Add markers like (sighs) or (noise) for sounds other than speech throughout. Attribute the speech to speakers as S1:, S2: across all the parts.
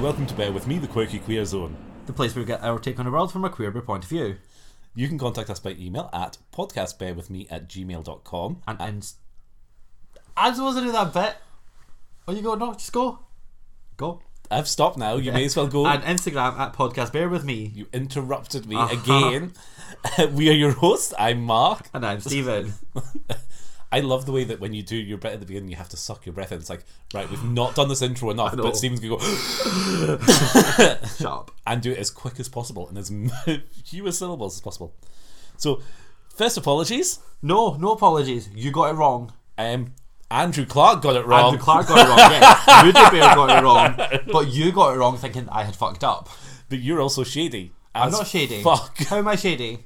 S1: welcome to Bear With Me, the Quirky Queer Zone.
S2: the place where we get our take on the world from a queer point of view.
S1: You can contact us by email at podcastbearwithme at gmail.com.
S2: And, and I'm supposed to do that bit. Oh, you go, no, just go. Go.
S1: I've stopped now, you may as well go.
S2: (laughs) And Instagram at podcast bear with me.
S1: you interrupted me
S2: (laughs) Uh-huh.
S1: again. (laughs) we are your hosts. I'm Mark.
S2: And I'm Steven.
S1: (laughs) I love the way that when you do your bit at the beginning, you have to suck your breath in. It's like, right, we've not done this intro enough,
S2: know.
S1: but Stephen's going to go (gasps)
S2: Sharp.
S1: and do it as quick as possible and as (laughs) few as syllables as possible. So, first apologies.
S2: No, no apologies. You got it wrong.
S1: Um, Andrew Clark got it wrong.
S2: Andrew Clark got it
S1: (laughs)
S2: wrong. Yes, Rudy Bear got it wrong. But you got it wrong thinking I had fucked up.
S1: But you're also shady.
S2: I'm not shady.
S1: Fuck.
S2: How am I shady?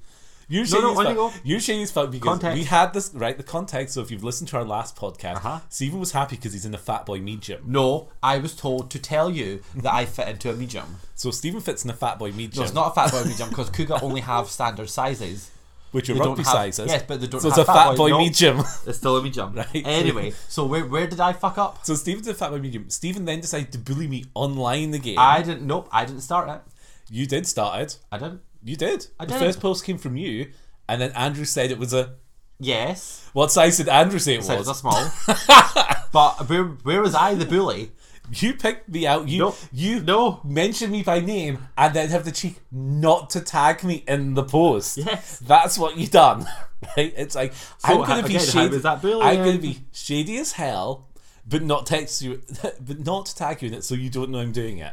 S1: You're shady
S2: no,
S1: as
S2: on
S1: fuck.
S2: you go.
S1: You're shady as fuck because
S2: Context.
S1: we had this right. The context. So if you've listened to our last podcast,
S2: Uh-huh.
S1: Stephen was happy because he's in the Fat Boy Mead gym.
S2: No, I was told to tell you that I fit into a medium.
S1: So Stephen fits in the Fat Boy Mead
S2: No,
S1: gym,
S2: it's not a fat boy medium because Cougar only have standard sizes.
S1: which are
S2: don't
S1: rugby
S2: have-
S1: sizes.
S2: yes, but they don't
S1: So
S2: have
S1: it's a
S2: Fat
S1: Fat Boy
S2: Boy, no.
S1: Mead gym. (laughs)
S2: It's still a (laughs) medium.
S1: Right.
S2: Anyway, so where where did I fuck up?
S1: so Stephen's in the Fat Boy Mead gym. Stephen then decided to bully me online again.
S2: I didn't. Nope. I didn't start it.
S1: you did start it.
S2: I didn't.
S1: You did. I the
S2: did.
S1: first post came from you, and then Andrew said it was a.
S2: Yes.
S1: What size did Andrew say it
S2: So it
S1: was?
S2: was a (laughs) small. but where where was I the bully?
S1: You picked me out. You
S2: Nope.
S1: you
S2: No.
S1: mentioned me by name and then have the cheek not to tag me in the post.
S2: Yes.
S1: That's what you done. (laughs) Right? It's like I'm gonna be
S2: again, how
S1: shady.
S2: is that
S1: I'm gonna
S2: bullying?
S1: be shady as hell, but not text you (laughs) but not tag you in it so you don't know I'm doing it.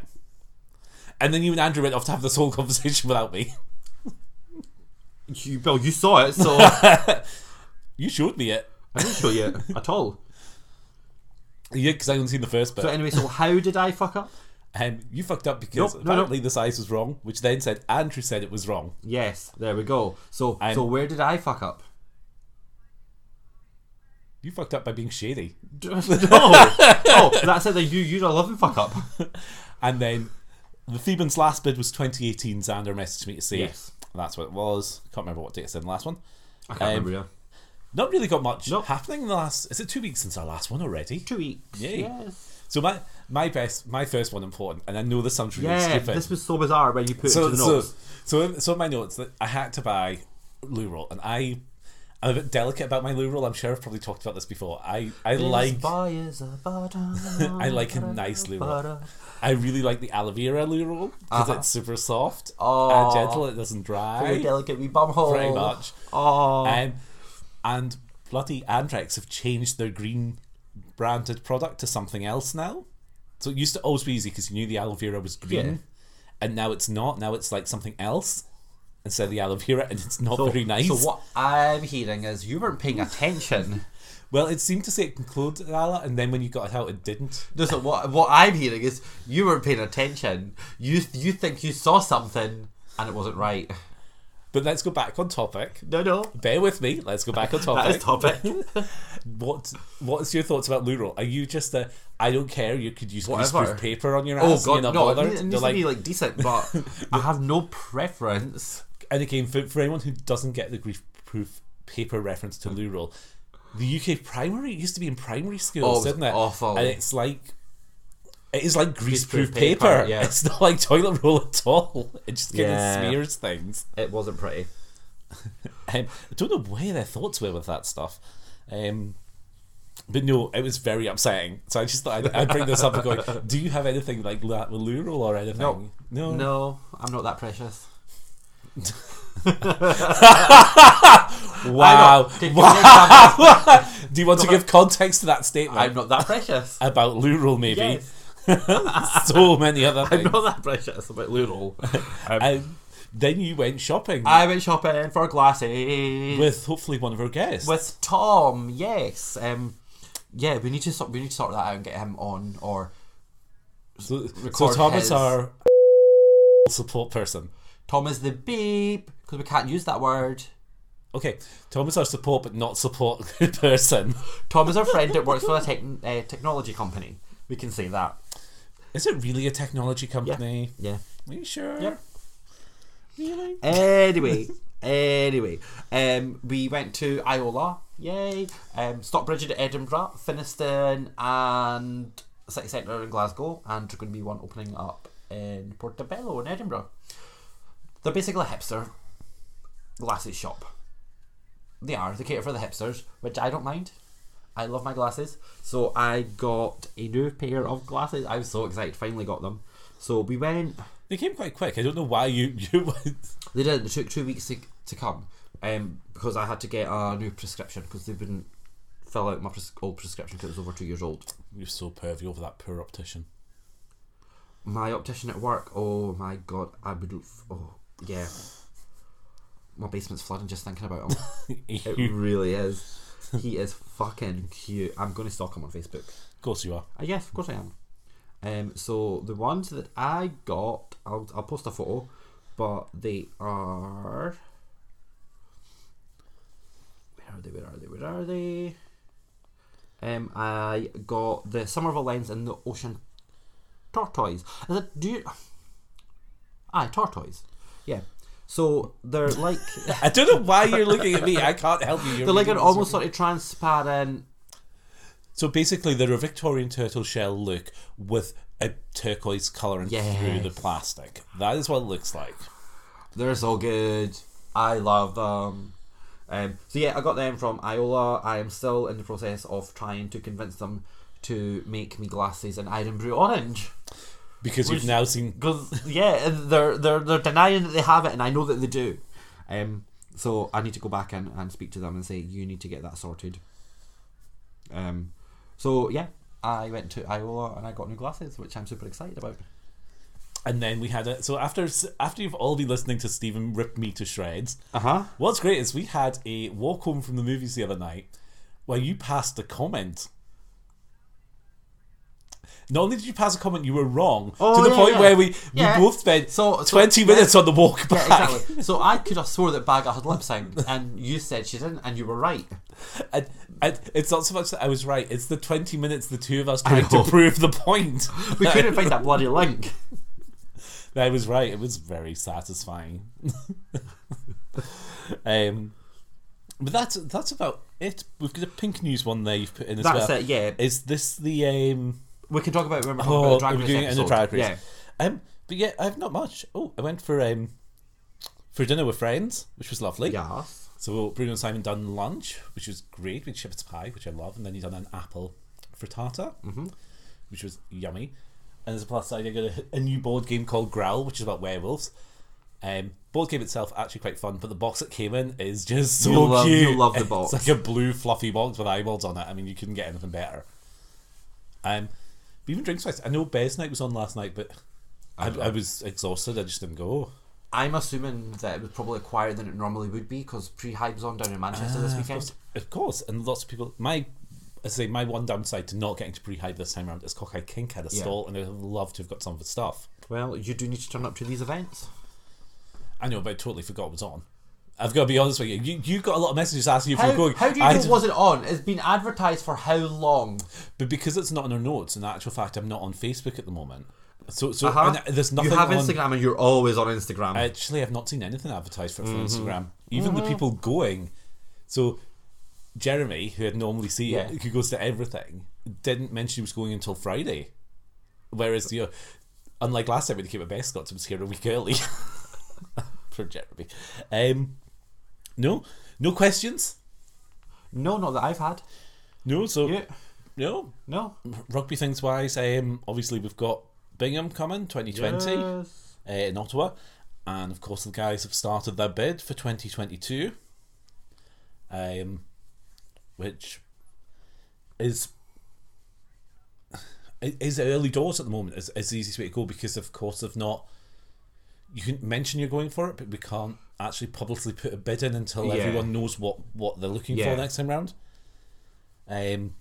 S1: And then you and Andrew went off to have this whole (laughs) conversation without me.
S2: You, well, you saw it, (laughs) so I
S1: You showed me it.
S2: didn't show you it at all.
S1: Yeah, because I only seen the first bit.
S2: So anyway, so how did I fuck up?
S1: um, you fucked up because
S2: Nope, no, no.
S1: apparently the size was wrong, which then said Andrew said it was wrong.
S2: Yes, there we go. So
S1: I'm-
S2: so where did I fuck (laughs) up?
S1: You fucked up by being shady.
S2: no, no, that's it. That you you're a loving fuck up.
S1: And then the Thebans last bid was 2018. Xander messaged me to say
S2: Yes.
S1: that's what it was. Can't remember what date I said in the last one.
S2: I can't
S1: Um,
S2: remember. Yeah.
S1: Not really got much
S2: Nope.
S1: happening in the last. Is it two weeks since our last one already?
S2: Two weeks.
S1: Yay.
S2: Yes.
S1: So my my best my first one important, and I know this sounds really
S2: Yeah.
S1: stupid.
S2: This was so bizarre when you put it
S1: so
S2: into the
S1: so
S2: notes.
S1: so in, so in my notes that I had to buy loo roll, and I I'm a bit delicate about my loo roll. I'm sure I've probably talked about this before. I I like (laughs) I
S2: I
S1: like a nice loo roll. I really like the aloe vera loo roll
S2: Uh-huh.
S1: because it's super soft
S2: Aw.
S1: and gentle. It doesn't dry.
S2: Very delicate wee bum hole.
S1: very much.
S2: Oh,
S1: Um, and bloody Andrex have changed their green branded product to something else now. So it used to always be easy because you knew the aloe vera was green,
S2: Yeah.
S1: and now it's not. Now it's like something else instead of the aloe vera, and it's not very nice.
S2: So what I'm hearing is you weren't paying attention.
S1: Well, it seemed to say it concluded Ala, and then when you got it out, it didn't.
S2: no, so what what I'm hearing is you weren't paying attention. You you think you saw something and it wasn't right.
S1: But let's go back on topic.
S2: No, no,
S1: Bear with me. Let's go back on topic.
S2: (laughs) that is
S1: (laughs)
S2: topic.
S1: What What's your thoughts about Luro? Are you just a I don't care? You could use
S2: Whatever.
S1: greaseproof paper on your
S2: oh
S1: ass. and
S2: god,
S1: you're not
S2: no,
S1: bothered.
S2: it needs, it
S1: You're
S2: needs
S1: like,
S2: to be like decent,
S1: (laughs)
S2: but I have no preference.
S1: and again for, for anyone who doesn't get the grief-proof paper reference to loo roll the uk primary it used to be in primary schools
S2: Oh, it was
S1: didn't it
S2: awful.
S1: and it's like it is like grease-proof
S2: Grease-proof
S1: paper.
S2: paper, yeah.
S1: It's not like toilet roll at all. (laughs) It just kind
S2: Yeah.
S1: of smears things.
S2: It wasn't pretty.
S1: Um, I don't know where their thoughts were with that stuff. Um, but no, it was very upsetting. So I just thought I'd, I'd bring this up and going, (laughs) do you have anything like that with loo roll or anything?
S2: No.
S1: No.
S2: No, I'm not that precious.
S1: Wow.
S2: I know. Did you make that-
S1: Do you want to give context to that statement? (laughs)
S2: I'm not that precious.
S1: about loo roll maybe.
S2: Yes.
S1: (laughs) so many
S2: (laughs)
S1: other
S2: I'm
S1: things.
S2: not that precious about Ludo.
S1: Um, then you went shopping
S2: I went shopping for glasses with,
S1: with hopefully one of our guests.
S2: Tom. Yes. Um, yeah, we need to sort we need to sort that out and get him on. Or
S1: so, so
S2: record
S1: Thomas
S2: his-
S1: our support person.
S2: Tom is the beep because we can't use that word.
S1: Okay, Thomas our support but not support (laughs) person.
S2: Tom is our friend that works for a tech, uh, technology company. We can say that.
S1: Is it really a technology company?
S2: Yeah.
S1: Are you sure?
S2: Yep.
S1: Really?
S2: Anyway, anyway, um, we went to Iola. Yay! Um, Stockbridge in Edinburgh, Finiston, and City Centre in Glasgow, and there's going to be one opening up in Portobello in Edinburgh. They're basically a hipster glasses shop. They are. They cater for the hipsters, which I don't mind. I love my glasses. So I got a new pair of glasses. I was so excited. Finally got them. So we went.
S1: They came quite quick. I don't know why you (laughs) you went.
S2: They did. It took two weeks to, to come um, because I had to get a new prescription because they wouldn't fill out my pres- old prescription because it was over two years old.
S1: You're so pervy over that poor optician. (laughs)
S2: My optician at work. Oh my god. I would. Oh yeah. My basement's flooding just thinking about him.
S1: (laughs)
S2: It
S1: of
S2: really is. He is fucking cute. I'm going to stalk him on Facebook.
S1: course you are.
S2: Uh, yes, of course I am. Um, so the ones that I got, I'll, I'll post a photo, but they are. Where are they? Where are they? Where are they? Um, I got the Somerville lens and the Ocean Tortoise. Is it, do you? Aye, tortoise. Yeah. So they're like
S1: I don't know why you're looking at me. I can't help you. You're
S2: they're like
S1: reading
S2: an
S1: this
S2: almost
S1: wrong.
S2: sort of transparent
S1: So basically, they're a Victorian turtle shell look with a turquoise colouring through
S2: Yes.
S1: the plastic. That is what it looks like.
S2: They're so good. I love them. Um, so yeah, I got them from Iola. I am still in the process of trying to convince them to make me glasses in Iron Brew Orange.
S1: Because
S2: Which-
S1: you've now seen.
S2: Because yeah, they're they're they're denying that they have it, and I know that they do. Um, so I need to go back in and speak to them and say you need to get that sorted. Um, so yeah, I went to Iola and I got new glasses, which I'm super excited about.
S1: And then we had a. So after after you've all been listening to Stephen rip me to shreds,
S2: Uh huh.
S1: what's great is we had a walk home from the movies the other night where you passed a comment. Not only did you pass a comment, you were wrong
S2: Oh,
S1: to the
S2: yeah,
S1: point
S2: yeah.
S1: where we, we
S2: Yeah.
S1: both spent
S2: So- so-
S1: 20 minutes on the walk back.
S2: Yeah, exactly. So I could have swore that Bagger had lip sync, and you said she didn't, and you were right.
S1: And, and it's not so much that I was right, it's the 20 minutes the two of us trying to
S2: know.
S1: prove the point.
S2: (laughs) We couldn't find that bloody link.
S1: I was right. It was very satisfying. (laughs) um, but that's that's about it. We've got a pink news one there you've put in as
S2: That's
S1: well.
S2: it, yeah.
S1: Is this the um?
S2: We can talk about it when we're talking
S1: Oh,
S2: about the
S1: we're
S2: Drag Race
S1: doing it in
S2: episode.
S1: the drag race.
S2: Yeah.
S1: Um, but yeah, I've not much. Oh, I went for um, for dinner with friends, which was lovely.
S2: Yes.
S1: So Bruno and Simon done lunch, which was great. We had shepherd's pie, which I love, and then he done an apple frittata, mm-hmm. which was yummy. And as a plus side, I got a, a new board game called Growl, which is about werewolves. Um, board game itself actually quite fun, but the box it came in is just so
S2: You love-
S1: cute.
S2: you love the box.
S1: (laughs) It's like a blue fluffy box with eyeballs on it. I mean, you couldn't get anything better. Um, but even drinks wise, I know Bears Night was on last night, but I, I was exhausted. I just didn't go.
S2: I'm assuming that it was probably quieter than it normally would be because pre-hype's on down in Manchester this
S1: Ah, Of
S2: weekend.
S1: course, of course, and lots of people. My, I say my one downside to not getting to pre-hype this time around is Cockeye Kink had a
S2: Yeah.
S1: stall, and I'd have loved to have got some of his stuff.
S2: Well, you do need to turn up to these events.
S1: I know, but I totally forgot it was on. I've got to be honest with you. You, you got a lot of messages asking if
S2: How,
S1: you're going.
S2: how do you
S1: I
S2: know
S1: d-
S2: it wasn't on? It's been advertised for how long?
S1: But because it's not in our notes, in actual fact, I'm not on Facebook at the moment. So, so
S2: Uh-huh.
S1: and there's nothing.
S2: you have
S1: on,
S2: Instagram and you're always on Instagram.
S1: Actually, I've not seen anything advertised for it
S2: Mm-hmm.
S1: from Instagram. Even the people going. So, Jeremy, who I'd normally see,
S2: Yeah.
S1: who goes to everything, didn't mention he was going until Friday. Whereas, you know, unlike last time when he came at Best Scots, I was here a week early (laughs) for Jeremy. Um, no, no questions.
S2: no, not that I've had.
S1: No, so
S2: Yeah.
S1: no
S2: No.
S1: rugby things wise. Um, obviously we've got Bingham coming 2020
S2: Yes.
S1: uh, in Ottawa. And of course, the guys have started their bid for 2022, um, which is i- is early doors at the moment. Is, is the easiest way to go because, of course, they've not. You can mention you're going for it, but we can't actually publicly put a bid in until
S2: Yeah.
S1: everyone knows what what they're looking
S2: Yeah.
S1: for next time round. Um,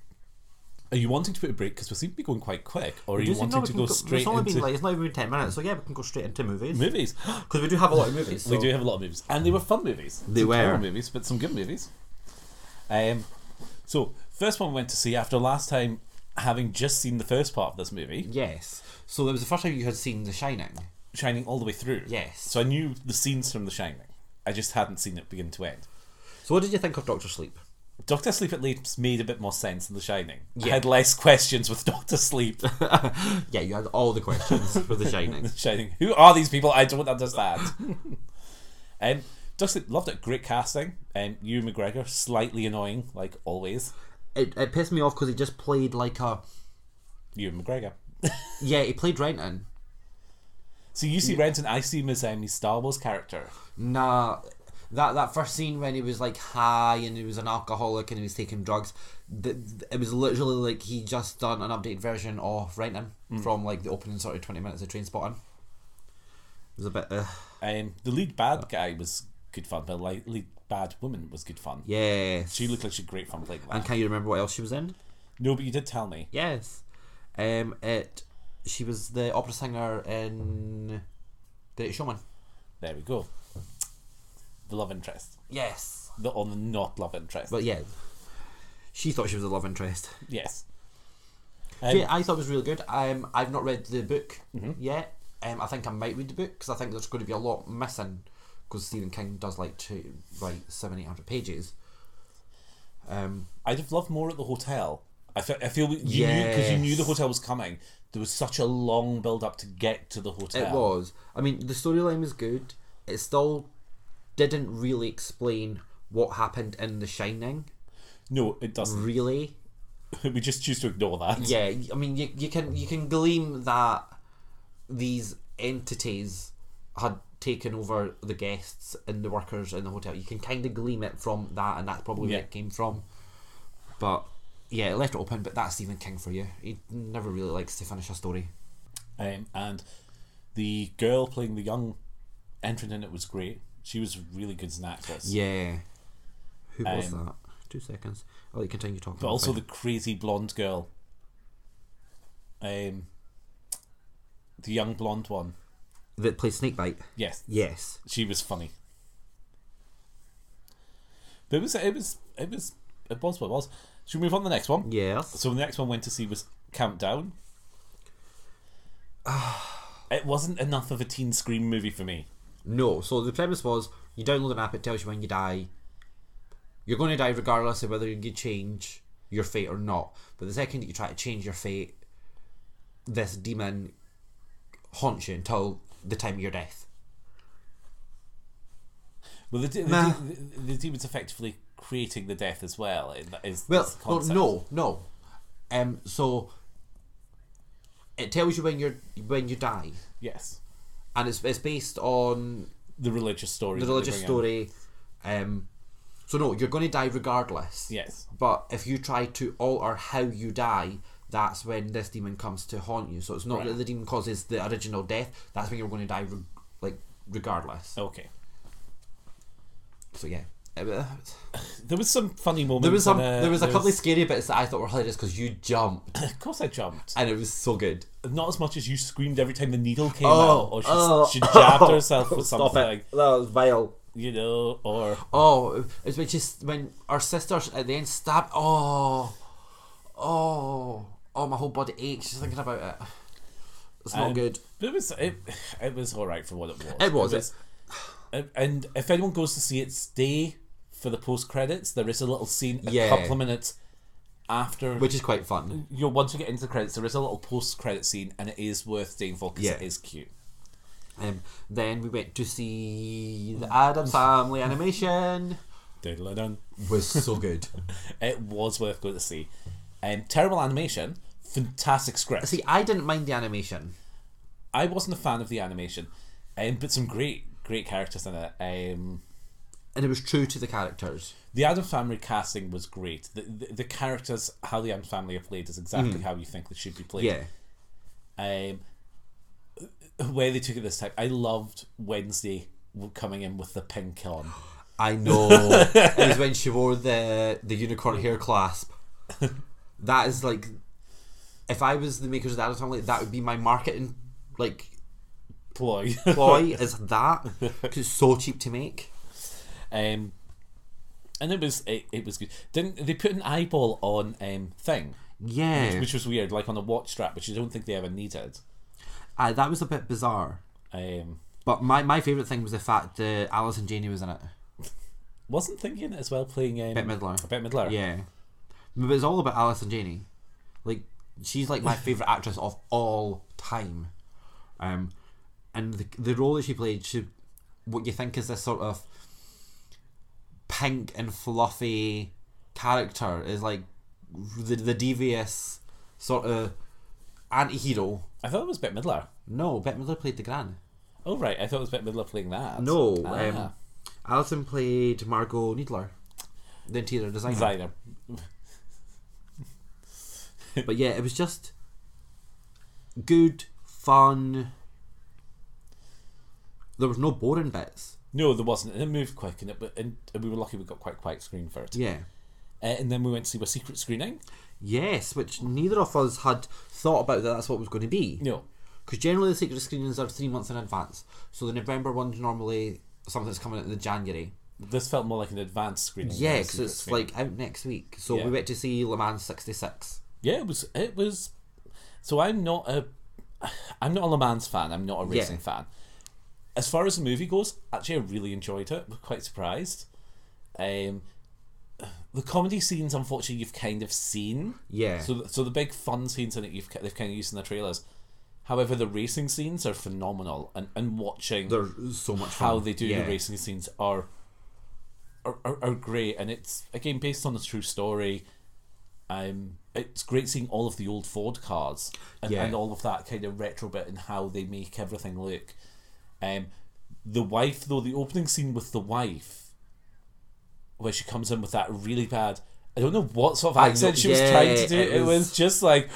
S1: are you wanting to put a break because we seem to be going quite quick, or are you
S2: Does it
S1: wanting
S2: know
S1: to
S2: we
S1: go,
S2: can
S1: straight
S2: it's only
S1: into
S2: been like, it's not even been 10 minutes so yeah we can go straight into movies
S1: movies?
S2: because we do have a lot of movies
S1: (laughs)
S2: so.
S1: We do have a lot of movies, and they were fun movies.
S2: They
S1: Some
S2: were.
S1: terrible movies, but some good movies. Um, so first one we went to see after last time having just seen the first part of this movie,
S2: yes so that was the first time you had seen The Shining
S1: Shining all the way through.
S2: Yes.
S1: So I knew the scenes from The Shining. I just hadn't seen it begin to end.
S2: so what did you think of Doctor Sleep (laughs)
S1: Doctor Sleep at least made a bit more sense than The Shining. I
S2: Yeah.
S1: had less questions with (laughs) Doctor Sleep. than
S2: yeah, you had all the questions for The
S1: (laughs)
S2: Shining.
S1: The Shining. Who are these people? I don't understand.
S2: (laughs)
S1: um, Doctor Sleep loved it. Great casting. Um, Hugh McGregor slightly annoying, like always.
S2: It, it pissed me off because he just played like a
S1: Hugh McGregor. (laughs)
S2: yeah he played Renton.
S1: So you see Renton, I see him as um, his Star Wars character.
S2: Nah, that that first scene when he was like high and he was an alcoholic and he was taking drugs, th- th- it was literally like he just done an updated version of Renton
S1: Mm.
S2: from like the opening sort of twenty minutes of Train Spotting. It was a bit uh,
S1: Um, the lead bad guy was good fun, but like lead bad woman was good fun.
S2: yeah.
S1: She looked like she had great fun playing that.
S2: And can you remember what else she was in?
S1: No, but you did tell me.
S2: Yes, um, it. She was the opera singer in Great Showman.
S1: There we go. The love interest.
S2: Yes,
S1: The or the not love interest.
S2: but yeah, she thought she was a love interest.
S1: yes.
S2: yeah, I thought it was really good. Um, I've not read the book yet. Um, I think I might read the book because I think there's going to be a lot missing because Stephen King does like to write seven, eight hundred pages. Um,
S1: I'd have loved more at the hotel. I feel, I feel you knew because you knew the
S2: Yes.
S1: hotel was coming. There was such a long build up to get to the hotel.
S2: it was. I mean, the storyline was good. It still didn't really explain what happened in The Shining.
S1: No, it doesn't.
S2: Really, Mm.
S1: (laughs) we just choose to ignore that.
S2: yeah. I mean, you, you can you can glean that these entities had taken over the guests and the workers in the hotel. You can kind of glean it from that, and that's probably
S1: Yeah.
S2: where it came from. But yeah, it left it open. But that's Stephen King for you. He never really likes to finish a story.
S1: Um, and the girl playing the young entrant in it was great. She was really good as an actress.
S2: Yeah. Who was
S1: Um,
S2: that? Two seconds. I'll let you continue talking.
S1: But also the crazy blonde girl. Um, the young blonde one.
S2: that plays Snakebite.
S1: Yes,
S2: Yes.
S1: she was funny. But it was it was it was it was what it was. Should we move on to the next one?
S2: Yes.
S1: So the next one I went to see was Countdown. it wasn't enough of a teen scream movie for me.
S2: No. So the premise was you download an app, it tells you when you die. You're going to die regardless of whether you change your fate or not. But the second that you try to change your fate, this demon haunts you until the time of your death.
S1: Well, the de- the,
S2: Nah.
S1: de- the, the demon's effectively creating the death as well. Is, is
S2: Well,
S1: is the
S2: well
S1: concept.
S2: no, no. Um, so it tells you when you're when you die,
S1: Yes,
S2: and it's it's based on
S1: the religious story.
S2: the
S1: that they
S2: religious
S1: bring in.
S2: story. Um, so no, you're going to die regardless.
S1: Yes.
S2: But if you try to alter how you die, that's when this demon comes to haunt you. So it's not that the demon causes the original death. That's when you're going to die, re- like regardless.
S1: Okay.
S2: So yeah. Uh,
S1: There was some funny moments.
S2: There was some,
S1: and, uh,
S2: there was a couple of scary bits that I thought were hilarious because you jumped
S1: Of course, I jumped.
S2: and it was so good.
S1: Not as much as you screamed every time the needle came
S2: Oh,
S1: out, or she,
S2: (laughs) oh,
S1: she jabbed herself with
S2: Stop
S1: something,
S2: it! That was vile.
S1: you know, or
S2: Oh, it's when she's when our sisters at the end stabbed. Oh, oh, oh! My whole body aches just thinking about it. It's not
S1: Um,
S2: good.
S1: But it was it, it was all right for what it was.
S2: It was,
S1: it- and if anyone goes to see it, stay for the post credits. There is a little scene, a
S2: Yeah.
S1: couple of minutes after
S2: Which is quite fun.
S1: you know, once you get into the credits, there is a little post-credit scene, and it is worth staying for because
S2: Yeah.
S1: it is cute.
S2: Um, then we went to see the (laughs) Adam Family animation.
S1: Diddle-a-dun.
S2: Was so good.
S1: It was worth going to see. Um, terrible animation, fantastic script.
S2: (laughs) See, I didn't mind the animation.
S1: I wasn't a fan of the animation, um, but some great, great characters in it. Um,
S2: And it was true to the characters.
S1: the Adams Family casting was great. The, the, the characters, how the Adams Family are played, is exactly how you think they should be played.
S2: Mm. Yeah.
S1: um, where they took it this time. I loved Wednesday w- coming in with the pink
S2: (gasps)
S1: on.
S2: I know. (laughs) it was when she wore the the unicorn hair (laughs) clasp. That is like, if I was the makers of the Adams Family, that would be my marketing (laughs) like
S1: Ploy. (laughs)
S2: ploy. is that 'Cause it's so cheap to make?
S1: um, and it was it, it was good. Didn't they put an eyeball on um thing,
S2: Yeah.
S1: which was weird, like on a watch strap, which I don't think they ever needed.
S2: Aye, that was a bit bizarre.
S1: Um,
S2: But my, my favourite thing was the fact that Alice and Janie was in it.
S1: wasn't thinking as well playing um,
S2: Bette Midler.
S1: Bette Midler.
S2: Yeah. But it's all about Alice and Janie. Like, she's like my favourite actress of all time. Um, and the, the role that she played, she, what you think is this sort of pink and fluffy character is like the, the devious sort of anti hero.
S1: I thought it was Bette Midler.
S2: No, Bette Midler played the Gran.
S1: Oh right, I thought it was Bette Midler playing that.
S2: No,
S1: Ah.
S2: um, Alison played Margot Needler, the interior designer.
S1: designer.
S2: But yeah, it was just good fun. There was no boring bits.
S1: No, there wasn't. And it moved quick, and it wa- and and we were lucky we got quite a quiet screen for it.
S2: Yeah.
S1: Uh, and then we went to see a secret screening.
S2: Yes, which neither of us had thought about that that's what it was going to be.
S1: No,
S2: Because generally the secret screenings are three months in advance. So the November one's normally something that's coming out in the January.
S1: this felt more like an advanced screening. than
S2: Yeah,
S1: a
S2: because
S1: secret
S2: it's
S1: screening.
S2: like out next week. So
S1: Yeah.
S2: we went to see Le Mans 66.
S1: yeah, it was it was. So I'm not a, I'm not a Le Mans fan. I'm not a
S2: Yeah.
S1: racing fan. As far as the movie goes, actually, I really enjoyed it. Was quite surprised. Um, the comedy scenes, unfortunately, you've kind of seen.
S2: Yeah.
S1: So, th- so the big fun scenes in it, you've ki- they've kind of used in the trailers. However, the racing scenes are phenomenal, and and watching
S2: They're so much fun.
S1: how they do
S2: Yeah.
S1: the racing scenes are are, are are great, and it's again based on a true story. Um, it's great seeing all of the old Ford cars and,
S2: Yeah.
S1: and all of that kind of retro bit and how they make everything look. Um, the wife though, the opening scene with the wife, where she comes in with that really bad. I don't know what sort of
S2: I know-
S1: accent she was
S2: yeah,
S1: trying to do.
S2: it
S1: It was,
S2: was-
S1: just like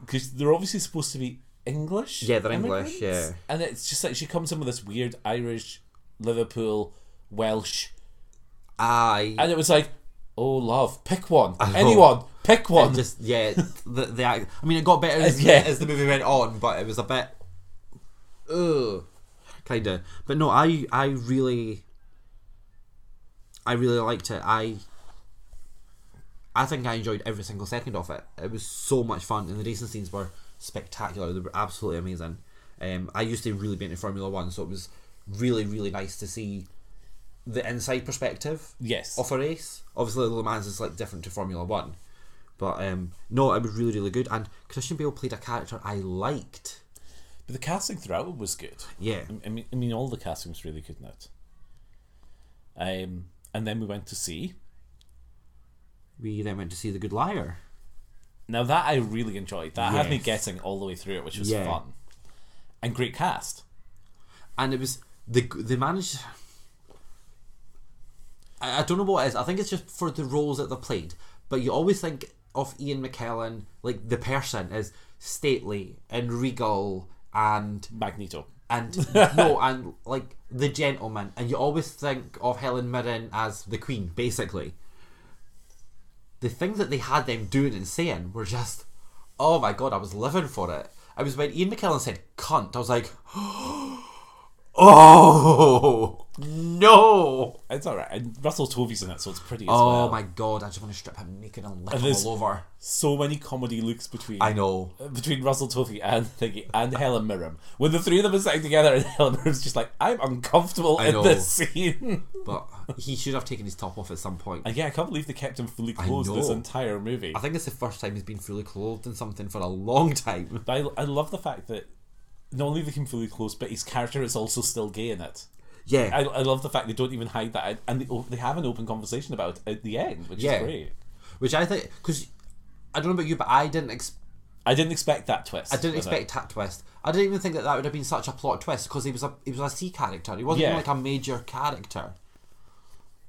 S1: because they're obviously supposed to be English.
S2: Yeah, they're English,
S1: immigrants.
S2: yeah.
S1: and it's just like she comes in with this weird Irish, Liverpool, Welsh,
S2: I
S1: and it was like, oh love, pick one, anyone, pick one.
S2: Oh. just yeah the the act, I mean it got better as,
S1: Yeah.
S2: as the movie went on, but it was a bit ugh kind of. But no, I I really I really liked it. I I think I enjoyed every single second of it. It was so much fun, and the racing scenes were spectacular. They were absolutely amazing. Um, I used to really be into Formula One, so it was really really nice to see the inside perspective
S1: yes,
S2: of a race. Obviously, Le Mans is like different to Formula One, but um, no, it was really really good. And Christian Bale played a character I liked.
S1: but the casting throughout was good.
S2: Yeah,
S1: I mean, I mean, all the casting was really good in it. Um, and then we went to see.
S2: we then went to see The Good Liar.
S1: Now that I really enjoyed. That had me
S2: Yes.
S1: getting all the way through it, which was
S2: Yeah.
S1: fun, and great cast.
S2: and it was the they managed. I, I don't know what it is. I think it's just for the roles that they played. But you always think of Ian McKellen like the person as stately and regal and
S1: Magneto.
S2: and
S1: (laughs)
S2: no and like the gentleman. And you always think of Helen Mirren as the queen, basically. The things that they had them doing and saying were just, oh my god, I was living for it. I was when Ian McKellen said cunt, I was like, (gasps) Oh (laughs) no!
S1: It's all right, and Russell Tovey's in it, so it's pretty. As
S2: Oh
S1: well.
S2: my god! I just want to strip him naked and lick him
S1: there's-
S2: all over.
S1: So many comedy looks between
S2: I know.
S1: between Russell Tovey and thingy and Helen Mirren. When the three of them are sitting together, and (laughs) Helen Mirren's just like, "I'm uncomfortable in
S2: know.
S1: this scene." (laughs)
S2: But he should have taken his top off at some point.
S1: And yeah, (laughs) I can't believe they kept him fully clothed
S2: know.
S1: this entire movie.
S2: I think it's the first time he's been fully clothed in something for a long time.
S1: But I, I love the fact that not only they came fully clothed, but his character is also still gay in it.
S2: Yeah,
S1: I, I love the fact they don't even hide that, and they, oh, they have an open conversation about it at the end, which
S2: Yeah.
S1: is great.
S2: which I think because I don't know about you, but I didn't. Ex-
S1: I didn't expect that twist.
S2: I didn't expect that twist. I didn't even think that that would have been such a plot twist because he was a he was a C character. He wasn't even,
S1: Yeah.
S2: like a major character.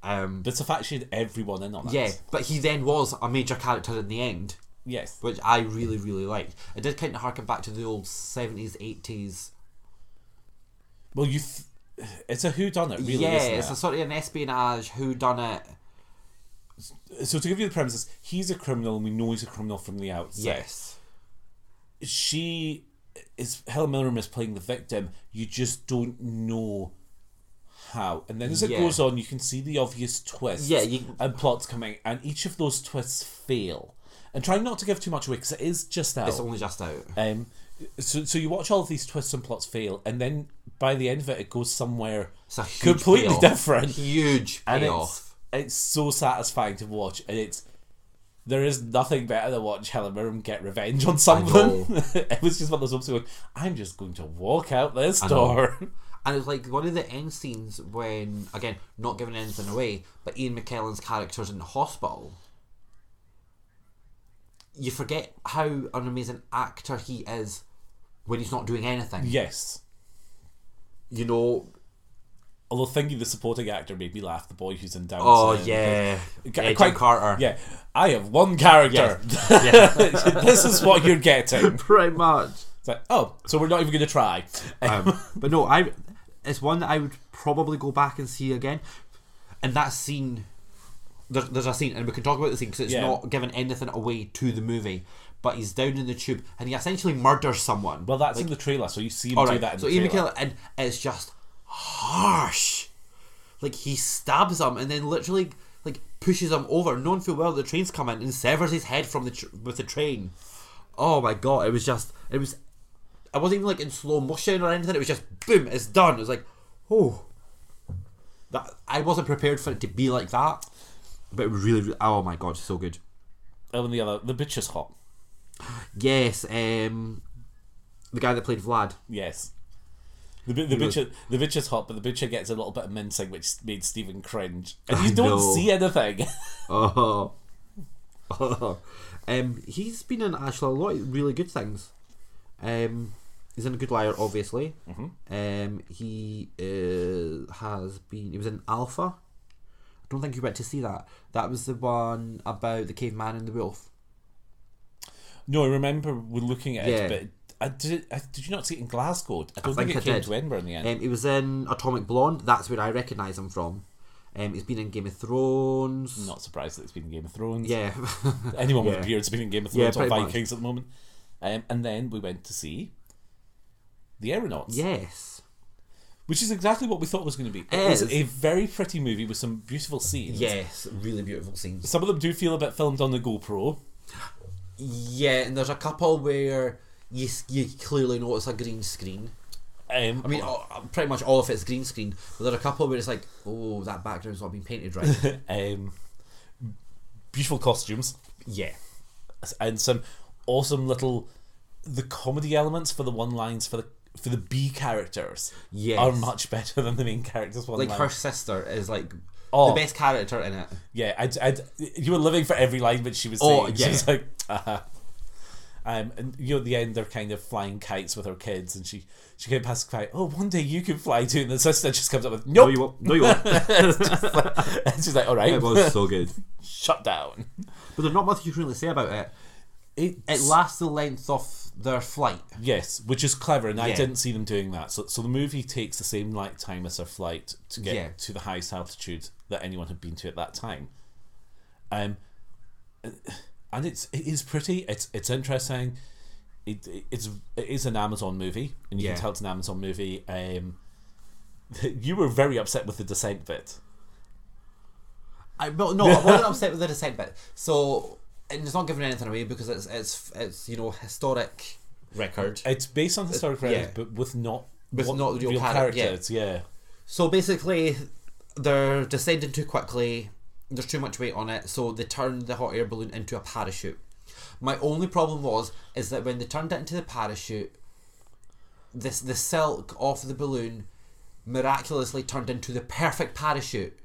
S2: Um.
S1: But it's a fact she had everyone in on it.
S2: Yeah, but he then was a major character in the end.
S1: Yes.
S2: which I really really liked. It did kind of harken back to the old seventies, eighties.
S1: Well, you. Th- it's a who done it, really.
S2: yeah,
S1: isn't
S2: it's
S1: it?
S2: a sort of an espionage who done it.
S1: so to give you the premises, he's a criminal, and we know he's a criminal from the outset.
S2: Yes,
S1: she is Helen Mirren is playing the victim. You just don't know how. And then as it
S2: Yeah.
S1: goes on, you can see the obvious twists.
S2: Yeah, you-
S1: and plots coming, and each of those twists fail. And trying not to give too much away because it is just out.
S2: it's only just out.
S1: Um, so, so you watch all of these twists and plots fail, and then by the end of it, it goes somewhere
S2: It's a huge
S1: completely
S2: payoff.
S1: different.
S2: Huge
S1: and
S2: payoff.
S1: it's it's so satisfying to watch, and it's there is nothing better than watch Helen Mirren get revenge on someone. (laughs) it was just one of those moments where I'm just going to walk out this door. (laughs)
S2: And it's like one of the end scenes when, again, not giving anything away, but Ian McKellen's character's in the hospital. You forget how an amazing actor he is when he's not doing anything.
S1: yes,
S2: You know,
S1: although thinking the supporting actor made me laugh. The boy who's in Downton.
S2: oh yeah,
S1: Ca-
S2: yeah
S1: quite-
S2: Jim Carter.
S1: yeah. I have one character. (laughs) this is what you're getting.
S2: pretty much.
S1: It's like, oh, so we're not even going to try.
S2: Um, but no, I it's one that I would probably go back and see again. And that scene, there's, there's a scene, and we can talk about the scene because it's
S1: Yeah.
S2: not giving anything away to the movie. But he's down in the tube and he essentially murders
S1: (laughs)
S2: someone.
S1: well, that's in the trailer, so you see him
S2: All
S1: do
S2: right,
S1: that. In
S2: so
S1: the
S2: Ian
S1: trailer.
S2: McKellen, and it's just harsh. Like he stabs him and then literally like pushes him over, knowing full well the train's coming, and severs his head from the tr- with the train. Oh my god! It was just it was. I wasn't even like in slow motion or anything. It was just boom, it's done. It was like, oh, that I wasn't prepared for it to be like that, but it was really, really oh my god, so good.
S1: Oh, and the other, the bitch is hot.
S2: Yes, um, the guy that played Vlad.
S1: Yes. The, bi- the, bitch, the bitch is hot, but the bitcher gets a little bit of mincing, which made Stephen cringe. And you don't
S2: know.
S1: see anything. (laughs)
S2: Oh. oh. (laughs) Um, he's been in actually a lot of really good things. Um, he's in a Good Liar, obviously. Um, he uh, has been. He was in Alpha. I don't think you went to see that. That was the one about the caveman and the wolf.
S1: no, I remember we're looking at
S2: Yeah.
S1: it, but I did, I, did you not see it in Glasgow? I don't think,
S2: think
S1: it
S2: I
S1: came
S2: did.
S1: to Edinburgh in the end.
S2: Um, he was in Atomic Blonde. That's where I recognise him from. Um, he's been in Game of Thrones.
S1: not surprised that it's been in Game of Thrones.
S2: Yeah. (laughs)
S1: Anyone with
S2: Yeah.
S1: a beard's been in Game of
S2: Yeah,
S1: Thrones or
S2: pretty much.
S1: Vikings at the moment. Um, and then we went to see The Aeronauts,
S2: yes.
S1: which is exactly what we thought it was going to be. It
S2: It
S1: was
S2: is.
S1: a very pretty movie with some beautiful scenes.
S2: Yes. Really beautiful scenes.
S1: Some of them do feel a bit filmed on the GoPro.
S2: Yeah, and there's a couple where you s- you clearly know it's a green screen.
S1: Um,
S2: I mean, all- pretty much all of it's green screen, but there are a couple where it's like, oh, that background's not been painted (laughs) right.
S1: um, beautiful costumes
S2: yeah.
S1: and some awesome little the comedy elements for the one lines for the for the B characters
S2: Yes.
S1: are much better than the main characters one
S2: Like
S1: line.
S2: her sister is like
S1: Oh.
S2: the best character in it.
S1: yeah, I'd, I'd, you were living for every line which she was saying. (laughs)
S2: Oh,
S1: She
S2: yeah.
S1: was like, uh um, and you know, at the end they're kind of flying kites with her kids, and she she came past the kite. Oh, one day you can fly too. And the sister just comes up with, nope.
S2: won't. No, you won't.
S1: and (laughs) she's like, all right,
S2: (laughs) was so good.
S1: (laughs) shut down.
S2: But there's not much you can really say about it. It lasts the length of their flight.
S1: Yes, which is clever, and I
S2: Yeah.
S1: didn't see them doing that. So, so the movie takes the same light time as their flight to get
S2: Yeah.
S1: to the highest altitude that anyone had been to at that time. Um, and it's it is pretty. It's it's interesting. It, it's it is an Amazon movie, and you
S2: Yeah.
S1: can tell it's an Amazon movie. Um, (laughs) you were very upset with the descent bit.
S2: I but no, I (laughs) wasn't upset with the descent bit. So, and it's not giving anything away because it's it's it's you know historic record.
S1: It's based on historic records,
S2: Uh, yeah.
S1: but with not
S2: With
S1: what-
S2: not real charac- yeah.
S1: characters. yeah.
S2: So basically, they're descending too quickly. There's too much weight on it, so they turned the hot air balloon into a parachute. My only problem was is that when they turned it into the parachute, this the silk off the balloon miraculously turned into the perfect parachute.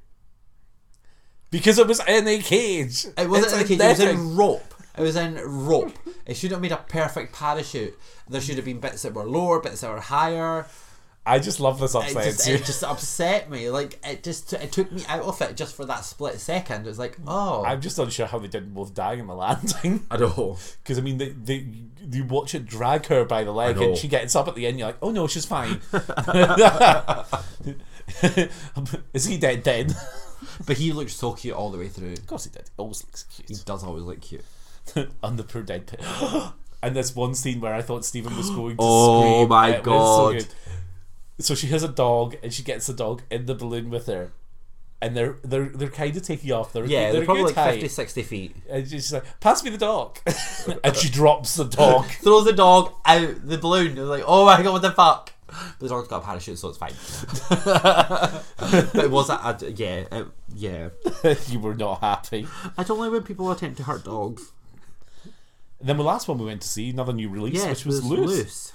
S1: Because it was in a cage.
S2: It wasn't
S1: It's
S2: in a cage, it was
S1: netting.
S2: in rope. It was in rope. It should have made a perfect parachute. There should have been bits that were lower, bits that were higher.
S1: I just love this
S2: it
S1: upside
S2: just, it just upset me. Like it just it took me out of it just for that split second. It was like, oh,
S1: I'm just unsure how they didn't both die in the landing. (laughs)
S2: I know.
S1: Because I mean, they, they you watch it drag her by the leg,
S2: know.
S1: and she gets up at the end. You're like, oh no, she's
S2: (laughs)
S1: fine. (laughs) Is he dead? Dead? Of
S2: But he looked so cute all the way through.
S1: course he did. Oh, Always looks (laughs)
S2: He does always look cute.
S1: cute. On the poor dead pit. (gasps) and this one scene where I thought Stephen was going to
S2: Oh
S1: scream.
S2: my
S1: It was
S2: God.
S1: So, good. So she has a dog, and she gets the dog in the balloon with her, and they're they're they're kind of taking off. They're
S2: Yeah,
S1: they're,
S2: they're,
S1: a
S2: probably like
S1: good
S2: 50,
S1: height.
S2: 60 feet.
S1: And she's like, pass me the (laughs) dog. and she drops the dog.
S2: (laughs) Throws the dog out the balloon. It was like, oh my god, what the fuck? Blizzard's got a parachute, so it's fine. but it was that, I, yeah, it, yeah.
S1: (laughs) you were not happy.
S2: I don't like when people attempt to hurt dogs.
S1: And then the last one we went to see, another new release,
S2: Yes,
S1: which was,
S2: it
S1: Loose.